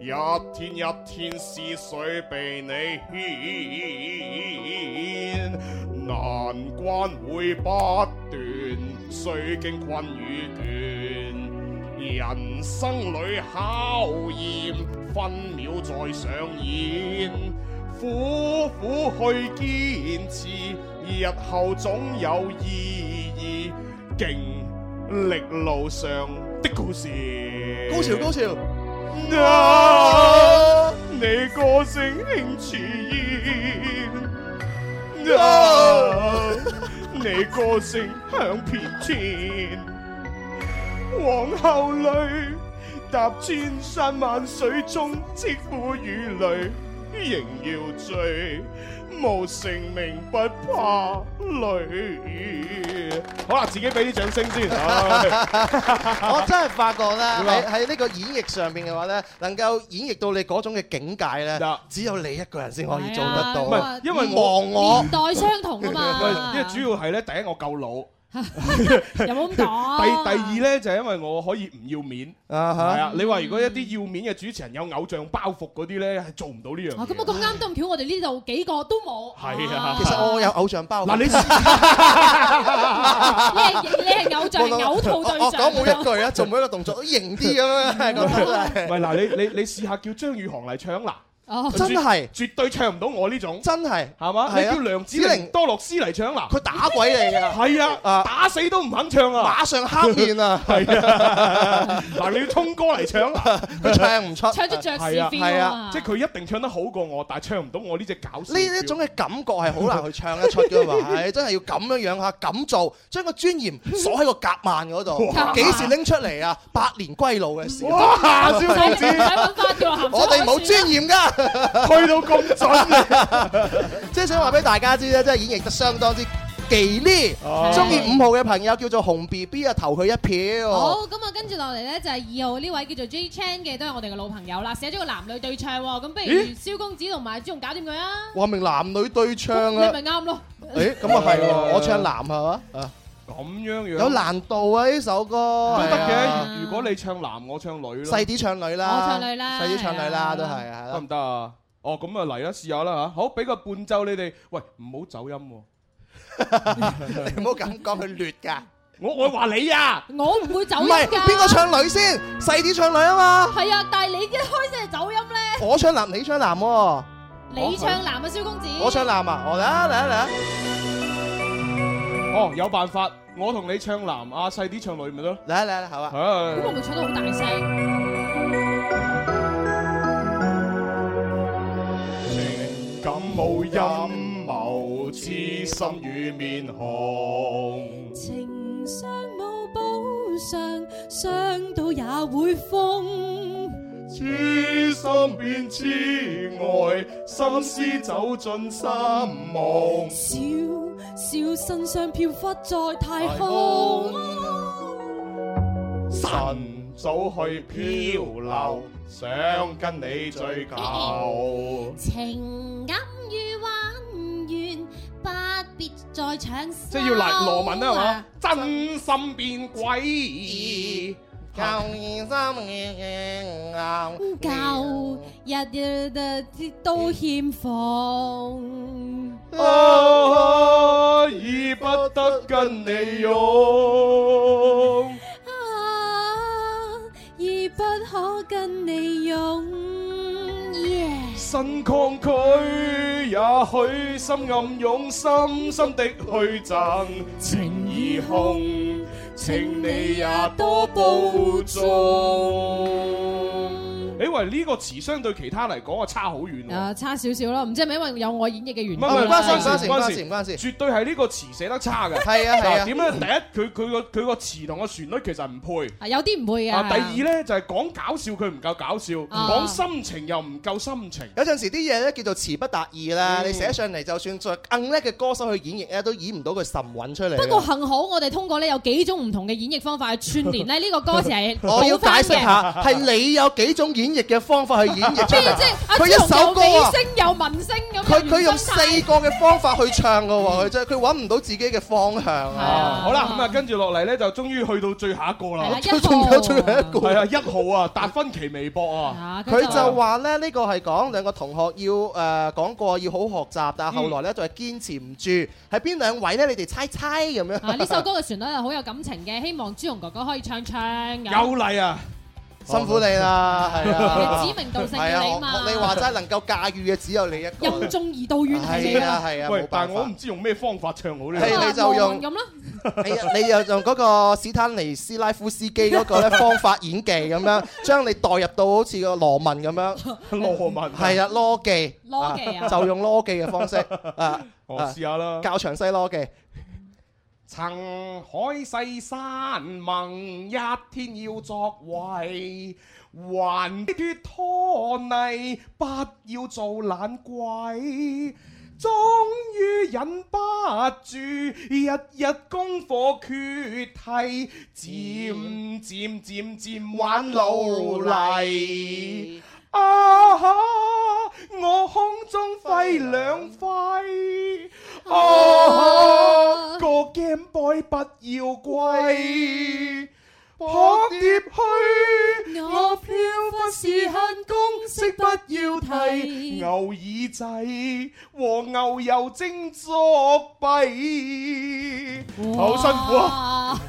一天一天思緒被你牽，難關會不斷，須經困與倦。人生裏考驗，分秒在上演，苦苦去堅持，日後總有意義。經歷路上的故事，
高潮高潮。
啊！你歌聲輕似煙，啊！你歌聲響遍天，皇后裏踏千山萬水中，千苦與淚仍要追，無成名不怕累。好啦，自己俾啲掌聲先。
我真係發覺呢，喺喺呢個演繹上面嘅話呢，能夠演繹到你嗰種嘅境界 [laughs] 呢，
啊
只有你一個人先可以做得
係
到
啊。因為我
忘我
年代相同啊嘛
喂，，因為主要係咧，第一我夠老。
有冇咁講？
第第二呢，就係因為我可以唔要面，係
哈
啊！你話如果一啲要面嘅主持人有偶像包袱嗰啲呢，係做唔到呢樣
啊，咁
嘢。
我咁啱咁巧，我哋呢度幾個都冇。
係啊，
其實我有偶像包袱。
嗱你
你係你係偶像，係嘔吐對
我我講每
象。
一句啊，做每一個動作型 [laughs] 啲咁樣，係咁樣。
喂嗱，你你你試下叫張宇航嚟唱嗱，
哦
真係
絕絕對唱唔到我呢種，
真係 [laughs]
係嘛？你
係啊
叫梁子
子
玲
玲
多樂斯嚟唱嗱，
佢打鬼你㗎
係啊，打死都唔肯唱啊！
馬上黑面 [laughs] 啊！
係啊，嗱你要通歌嚟唱嗱，
佢唱唔出，
唱出爵士
係啊
feel
係
啊
啊！
即係佢一定唱得好過我，但係唱唔到我呢隻搞笑。
呢呢種嘅感覺係好難去唱得出㗎嘛，係真係要咁樣樣嚇，咁做將個尊嚴鎖喺個夾萬嗰
哇
度，幾時拎出嚟啊？百年歸老嘅
[laughs]
事，
哇！蕭
唔
公
使唔使
子
揾花叫落
[laughs]
鹹
我哋冇尊嚴㗎。
去到咁 [laughs] 準啊！
即係想話俾大家知咧，真係演繹得相當之忌呢。 [laughs] 中意五號嘅朋友叫做紅 B B 啊，投佢一票。
好，咁啊，跟住落嚟咧就係二號呢位叫做 J Chan 嘅，都係我哋嘅老朋友啦，寫咗個男女對唱喎，咁不如
咦
蕭公子同埋朱紅搞掂佢啊！
話明男女對唱
你
啊！
咪啱咯，
誒，咁啊係喎，我唱男係嘛？啊
咁樣樣
有難度啊！呢首歌
都得
係啊
嘅。如如果你唱男，我唱女咯
細，啲唱女啦，
我唱女啦
細啲唱女啦，
係啊
都係係
得
啦
唔。得啊？哦，咁啊嚟啦，試下啦嚇。好，俾個伴奏你哋。喂，唔好走音喎。
你 [laughs] 唔好咁講，佢劣㗎。
我我話你啊，
我唔會走
唔
音
係
㗎。
邊個？唱女先？細啲唱女啊嘛。
係啊，但係你一開聲係走音咧，
我唱男，你唱男喎。
你唱男啊，蕭公子。
哦我唱男啊！我嚟啊嚟啊嚟啊！
哦有辦法，我同你唱男，阿細啲唱女咪得咯。
嚟啊嚟啊嚟啊，好啊！
咁我咪唱得好大聲。
情感冇陰謀，痴心與面紅。
情傷冇補償，傷到也會瘋。
痴心變痴愛，心思走進心夢。
笑笑身上漂忽在太空，
晨早去漂流，想跟你追究。
情感與玩緣，不必再搶。
啊
啊
即係要嚟羅文啦，係嘛？真心變鬼，
啊
教日日日都欠奉。
啊，已不得跟你用。
啊，已不可跟你用。Yeah
身抗拒，也許心暗湧，深深的去贈，情已空，請你也多保重。誒喂，呢、個詞相對其他嚟講啊，差好遠喎。
啊，差少少咯，唔知係咪因為有我演繹嘅
唔係唔係
原
係
因？
關事
唔關
唔關事
絕對係呢個詞寫得差嘅。
係啊係
嗱
啊
點咧？第一，佢佢個佢個詞同個旋律其實唔配。
啊，有啲唔會嘅。
啊，第二咧就係講搞笑佢唔夠搞笑，
啊
講心情又唔夠心情。
有陣時啲嘢咧叫做詞不達意啦，
嗯
你寫上嚟就算再硬叻嘅歌手去演繹咧，都演唔到佢神韻出嚟。
不過幸好我哋通過呢有幾種唔同嘅演繹方法去串連咧呢個歌詞
[laughs]
係
我要
補
解
翻
釋
嘅。
下，係你有幾種演繹嘅方法去演繹出嚟
即係。阿
佢
朱
一
紅有
首歌啊
美，聲有文聲咁樣。
佢佢用
原生嗯
四
態
個嘅方法去唱嘅喎，佢真係佢揾唔到自己嘅方向
啊，
啊。
好啦，咁啊，跟住落嚟咧就終於去到最下一個啦。
係啦一號
仲有最後一個
係。啊，一號啊，達芬奇微博啊，
啊
佢就話咧，呢個係講兩個同學要誒、呃、講過要好好學習，
嗯
但係後來咧就係堅持唔住。係邊兩位咧？你哋猜猜咁樣。
啊！呢首歌嘅旋律係好有感情嘅，希望朱紅哥哥可以唱唱咁。
有麗啊，
辛苦你啦，係啊。
你指名道姓
係
要
啊，
你
我
嘛？
我你話齋能夠駕馭嘅只有你一個。
任重而道遠係你
係啊
啦，
係啊，
喂
冇，
但
辦
係我
法
唔。知用咩方法唱好呢個。
係
Dạ,
你就用
咁啦，
你你又用嗰個史坦尼斯拉夫斯基嗰個咧方法演技咁樣，將你代入到好似個羅文咁樣。
羅文
係啊，羅技。
羅技啊
就用羅技
[laughs]
嘅方式啊，
我試下啦。
較詳細羅技。
[laughs] 曾海誓山盟，一天要作為，還脱拖泥，不要做懶鬼。終於忍不住，日日功課缺題，漸漸漸漸玩老嚟。啊哈！我空中飛兩揮，啊哈！個 Game Boy 不要歸，撲碟去，我飄忽是限公式不要提，牛耳仔和牛油精作弊，好辛苦啊！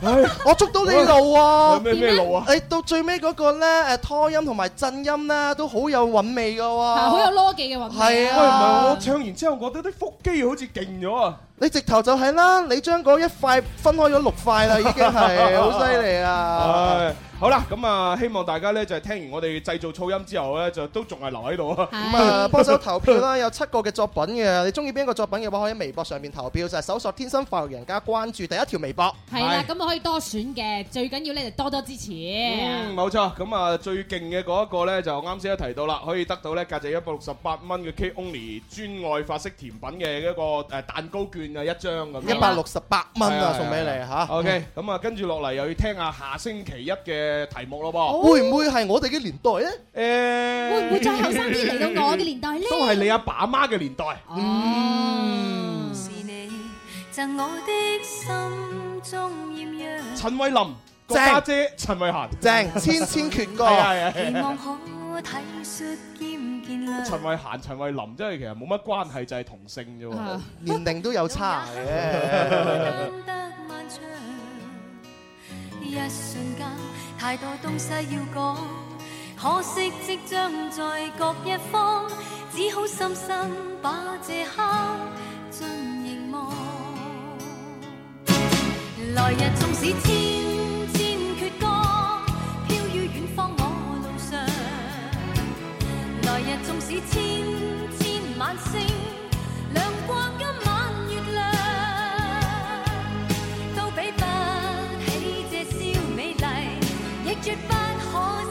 啊！
我捉到你路
有
啊！
咩咩路啊？
你到最尾嗰個咧，誒拖音同埋震音咧，都好有韻味噶喎。
係好有羅技嘅韻味。
係
喂，唔係
啊
我！唱完之後，覺得啲腹肌好似勁咗啊！
你直頭就係啦，你將嗰一塊分開咗六塊啦，已經
[laughs]
係好犀利啊！
唉，好啦，咁啊，希望大家咧就係聽完我哋製造噪音之後咧，就都仲係留喺度啊。
咁啊，幫手投票啦，有七個嘅作品嘅，你中意邊一個作品嘅話，可以喺微博上面投票，就係搜索「天生快活人家」，關注第一條微博。
係啦，
係
咁啊可以多選嘅，最緊要咧就多多支持。
嗯，冇錯。咁啊，最勁嘅嗰一個咧，就啱先都提到啦，可以得到咧價值一百六十八蚊嘅 K Only 專愛法式甜品嘅一個誒蛋糕券啊，一張咁樣。
一百六十八蚊
係啊
啊，送俾你嚇。
OK，咁啊，跟住落嚟又要聽下下星期一嘅題目咯噃。
會唔會係我哋嘅年代咧？
誒，
會唔會再後生啲嚟到我嘅年代呢？
都係你阿爸阿媽嘅年代。
Ờ.
哦
是你赠我的心中
[laughs]
豔陽，
陳慧琳、個
正
家姐陳慧嫻。
正，千千闕歌。
係啊係啊係啊
期望可體恤兼見諒。
陳慧嫻、陳慧琳，真係其實冇乜關係，就係同性啫喎
啊。
年齡都有差
[laughs]
嘅。
等得漫長，一瞬間太多東西要講，可惜即將在各一方，只好深深把這刻盡凝望。來日縱使千千闕歌，飄於遠方我路上。來日縱使千千晚星，亮過今晚月亮，都比不起這宵美麗，亦絕不可使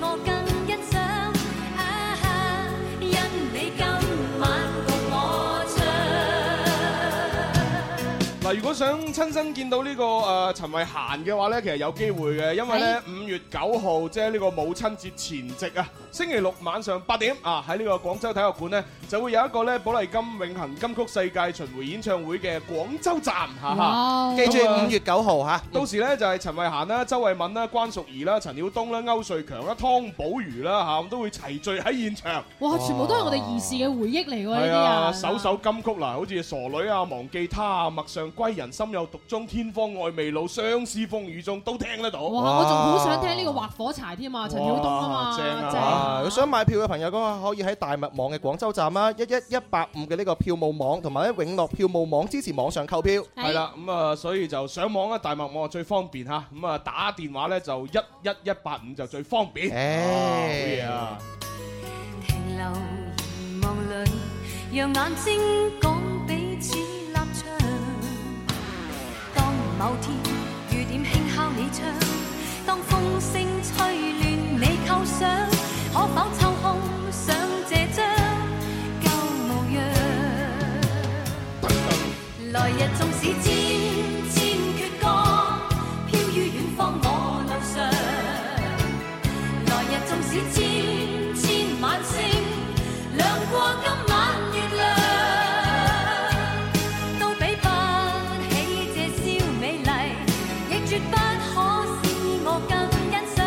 我更欣賞。啊哈，因你今晚共我唱。
嚟嗱，如果想親身見到呢個誒陳慧嫻嘅話咧，其實有機會嘅，因為咧五月九號即係呢個母親節前夕啊，星期六晚上八點啊，喺呢個廣州體育館咧就會有一個咧寶麗金永恆金曲世界巡迴演唱會嘅廣州站嚇嚇，
記住五月九號嚇。
到時咧就係陳慧嫻啦、周慧敏啦、關淑怡啦、陳曉東啦、區瑞強啦、湯寶如啦嚇，咁都會齊聚喺現場。
哇！全部都係我哋兒時嘅回憶嚟喎，呢
係
啲啊，
啊，首首金曲嗱，好似傻女啊、忘記他啊、陌上歸人、心有獨鍾、天方愛未老、相思風雨中都聽得到。
哇！我仲好想聽呢個劃火柴添啊，陳曉東啊嘛，
哇正啊
啊！如果想買票嘅朋友，咁可以喺大麥網嘅廣州站啦，一一一八五嘅呢個票務網，同埋咧永樂票務網支持網上
[laughs]
購票。
係啦，咁啊，所以就上網啊，大麥網啊最方便嚇，咁啊打電話咧就一一一八五就最方便。好嘢啊！
停留凝望里，讓眼睛講彼此立場。當某天雨點輕敲你窗，當風聲吹亂你構想，可否抽空想這張舊模樣？來日縱使千千闕歌，飄於遠方我路上。來日縱使千千晚星亮過今晚月亮，都比不起這宵美麗，亦絕不可使我更欣賞。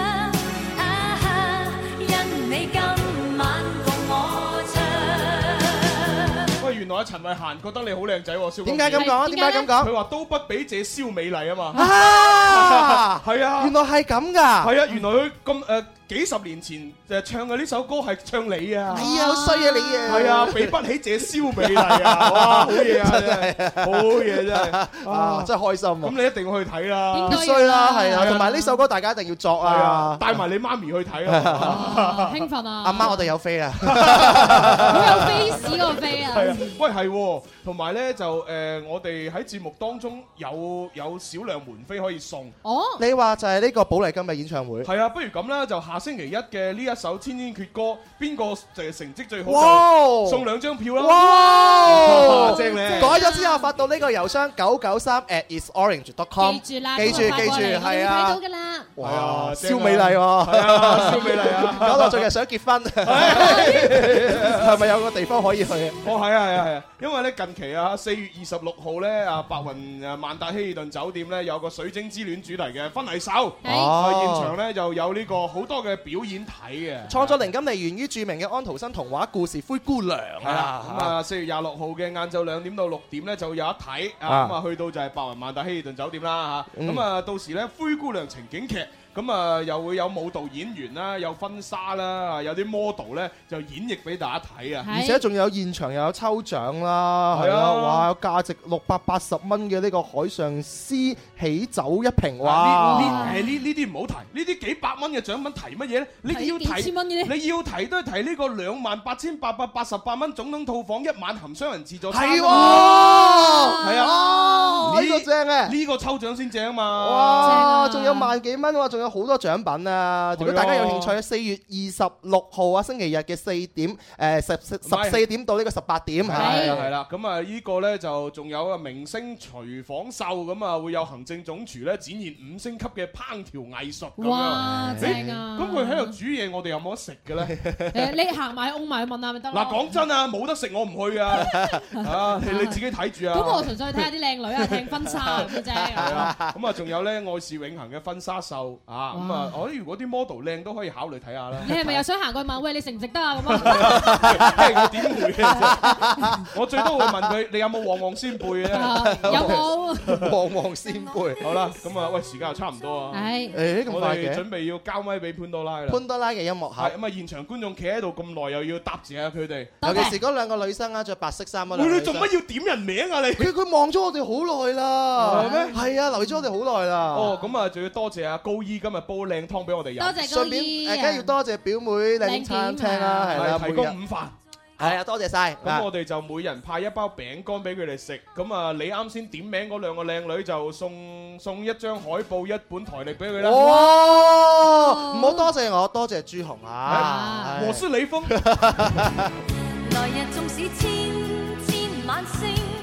啊哈，因你今晚共我唱。
喂，原來啊陳慧嫻覺得你好靚仔喎，蕭
點解咁講啊點解
[laughs]
咁講
佢話都不比這宵美麗啊嘛。
啊！
係啊，
原來係咁㗎。
係啊，原來佢咁誒幾十年前誒唱嘅呢首歌係唱你啊。
哎呀，好衰啊你啊！
係 [laughs] 啊，比不起這宵美麗啊！ [laughs] 哇，好嘢啊，真係好嘢真 [laughs] 係
啊，真係開心
咁
啊！
你一定要去睇啦，
必須哦啦，係啊，同埋呢首歌大家一定要作
係啊
啊，！
帶埋你媽咪去睇 [laughs] 啊！
興奮啊！
阿媽，我哋
[laughs]
有飛啊！
好有 face 嗰個 face 啊！
係啊，喂係喎，同埋咧就誒，我哋喺節目當中有有少量門飛可以送。
哦，
你話就係呢個寶麗金嘅演唱會，
係啊，不如咁啦，就下星期一嘅呢一首《千千闕歌》，邊個誒成績最好就
哇
送兩張票啦！
哇！ [laughs]
正咧
改咗之後發到呢個郵箱九九三 at isorange.com，
記住啦，
記住
咁啊發
記
過
住
嚟
係
你會睇到
啊！
㗎啦。
係啊正
哇，
啊
肖美麗
係
喎，
啊，肖美麗啊！
搞到最近想結婚，係咪有個地方可以去啊？
哦，係啊，係啊，係啊，因為咧近期啊，四月二十六號咧啊，白雲啊萬達希爾頓酒店咧有個水晶之戀主題嘅婚禮秀，
係
啊現
哦
場咧就有呢個好多嘅表演睇嘅。
創作靈感嚟源於著名嘅安徒生童話故事《灰姑娘》
係啦，咁啊四月廿六號嘅晏晝兩點到六點咧就有一睇啊，
啊
咁啊去到就係白雲萬達希爾頓酒店啦嚇，
嗯
咁啊到時咧灰姑娘情景劇。咁啊，又會有舞蹈演員啦，有婚紗啦，啊有啲 model 咧就演繹俾大家睇啊！
而
係
且仲有現場又有抽獎啦，
係
係
啊
啊，哇！有價值六百八十蚊嘅呢個海上詩喜酒一瓶，
啊哇！呢
哇！
呢誒呢呢啲唔好提，呢啲幾百蚊嘅獎品提乜嘢咧？你
提
要
幾
提
千。蚊嘅啫，
你要提都係提呢個兩萬八千八百八十八蚊總統套房一晚含雙人自助餐
係喎，
係
係
啊
呢個正
啊
啊！
呢個抽獎先正啊嘛！
哇，
正啊
仲有萬幾蚊喎，仲有好多獎品啊！如果大家有興趣，四月二十六號啊，星期日嘅四點，誒十四
唔係
十四點到呢個十八點，
係
係
啦係啦，咁啊呢個呢就仲有啊明星廚房秀咁啊，會有行政總廚呢展現五星級嘅烹調藝術咁樣。
哇！正啊！
咁佢喺度煮嘢，我哋有冇得食嘅
[laughs]
呢？
誒，你行埋去擁埋去問下咪得咯。
嗱，講真啊，冇得食我唔
[laughs]
去啊！啊，你你自己睇住啊！
咁我純粹去睇下啲靚女啊，聽婚紗咁
係
嘅啫。
啦， [laughs] 咁啊，仲有咧愛是永恆嘅婚紗秀啊，咁啊，我覺得如果啲 model 靚都可以考慮睇下啦。 [laughs]
你係咪又想行過去問？喂，你食唔食得啊？咁啊，
係我點會嘅啫？我最多會問
[laughs]
佢你有冇旺旺仙貝嘅啫。
有冇？
[laughs] 旺旺
[laughs]
先輩。
好啦，咁啊，喂，時間又差唔多啊，
係
誒咁
我
快
哋
嘅
準備要交咪俾潘多拉啦。
潘多拉嘅音樂盒
係。咁啊，現場觀眾企喺度咁耐，又要答謝下佢哋。
尤其是嗰兩個女生啊，着白色衫
喂
嗰兩個
你
女
做
生。
乜要點人名啊你？
佢佢望咗我哋好耐啦，
係咩
係 [laughs] 啊，留意咗我哋好耐啦。
哦，，咁啊，仲要多謝阿高姨今日煲靚湯俾我哋
多
飲，
謝高
順便
姨
誒，梗係要
啊。
多謝表妹靚餐廳啦，係
係
啦，每
提
日
供午飯。
係啊，多謝晒。
咁我哋就每人派一包餅乾俾佢哋食。咁啊，你啱先點名嗰兩個靚女就送送一張海報、一本台歷俾佢啦。
哦，唔好多謝我，多謝朱紅啊
啊。
我是李峰。
來日縱使千千晚星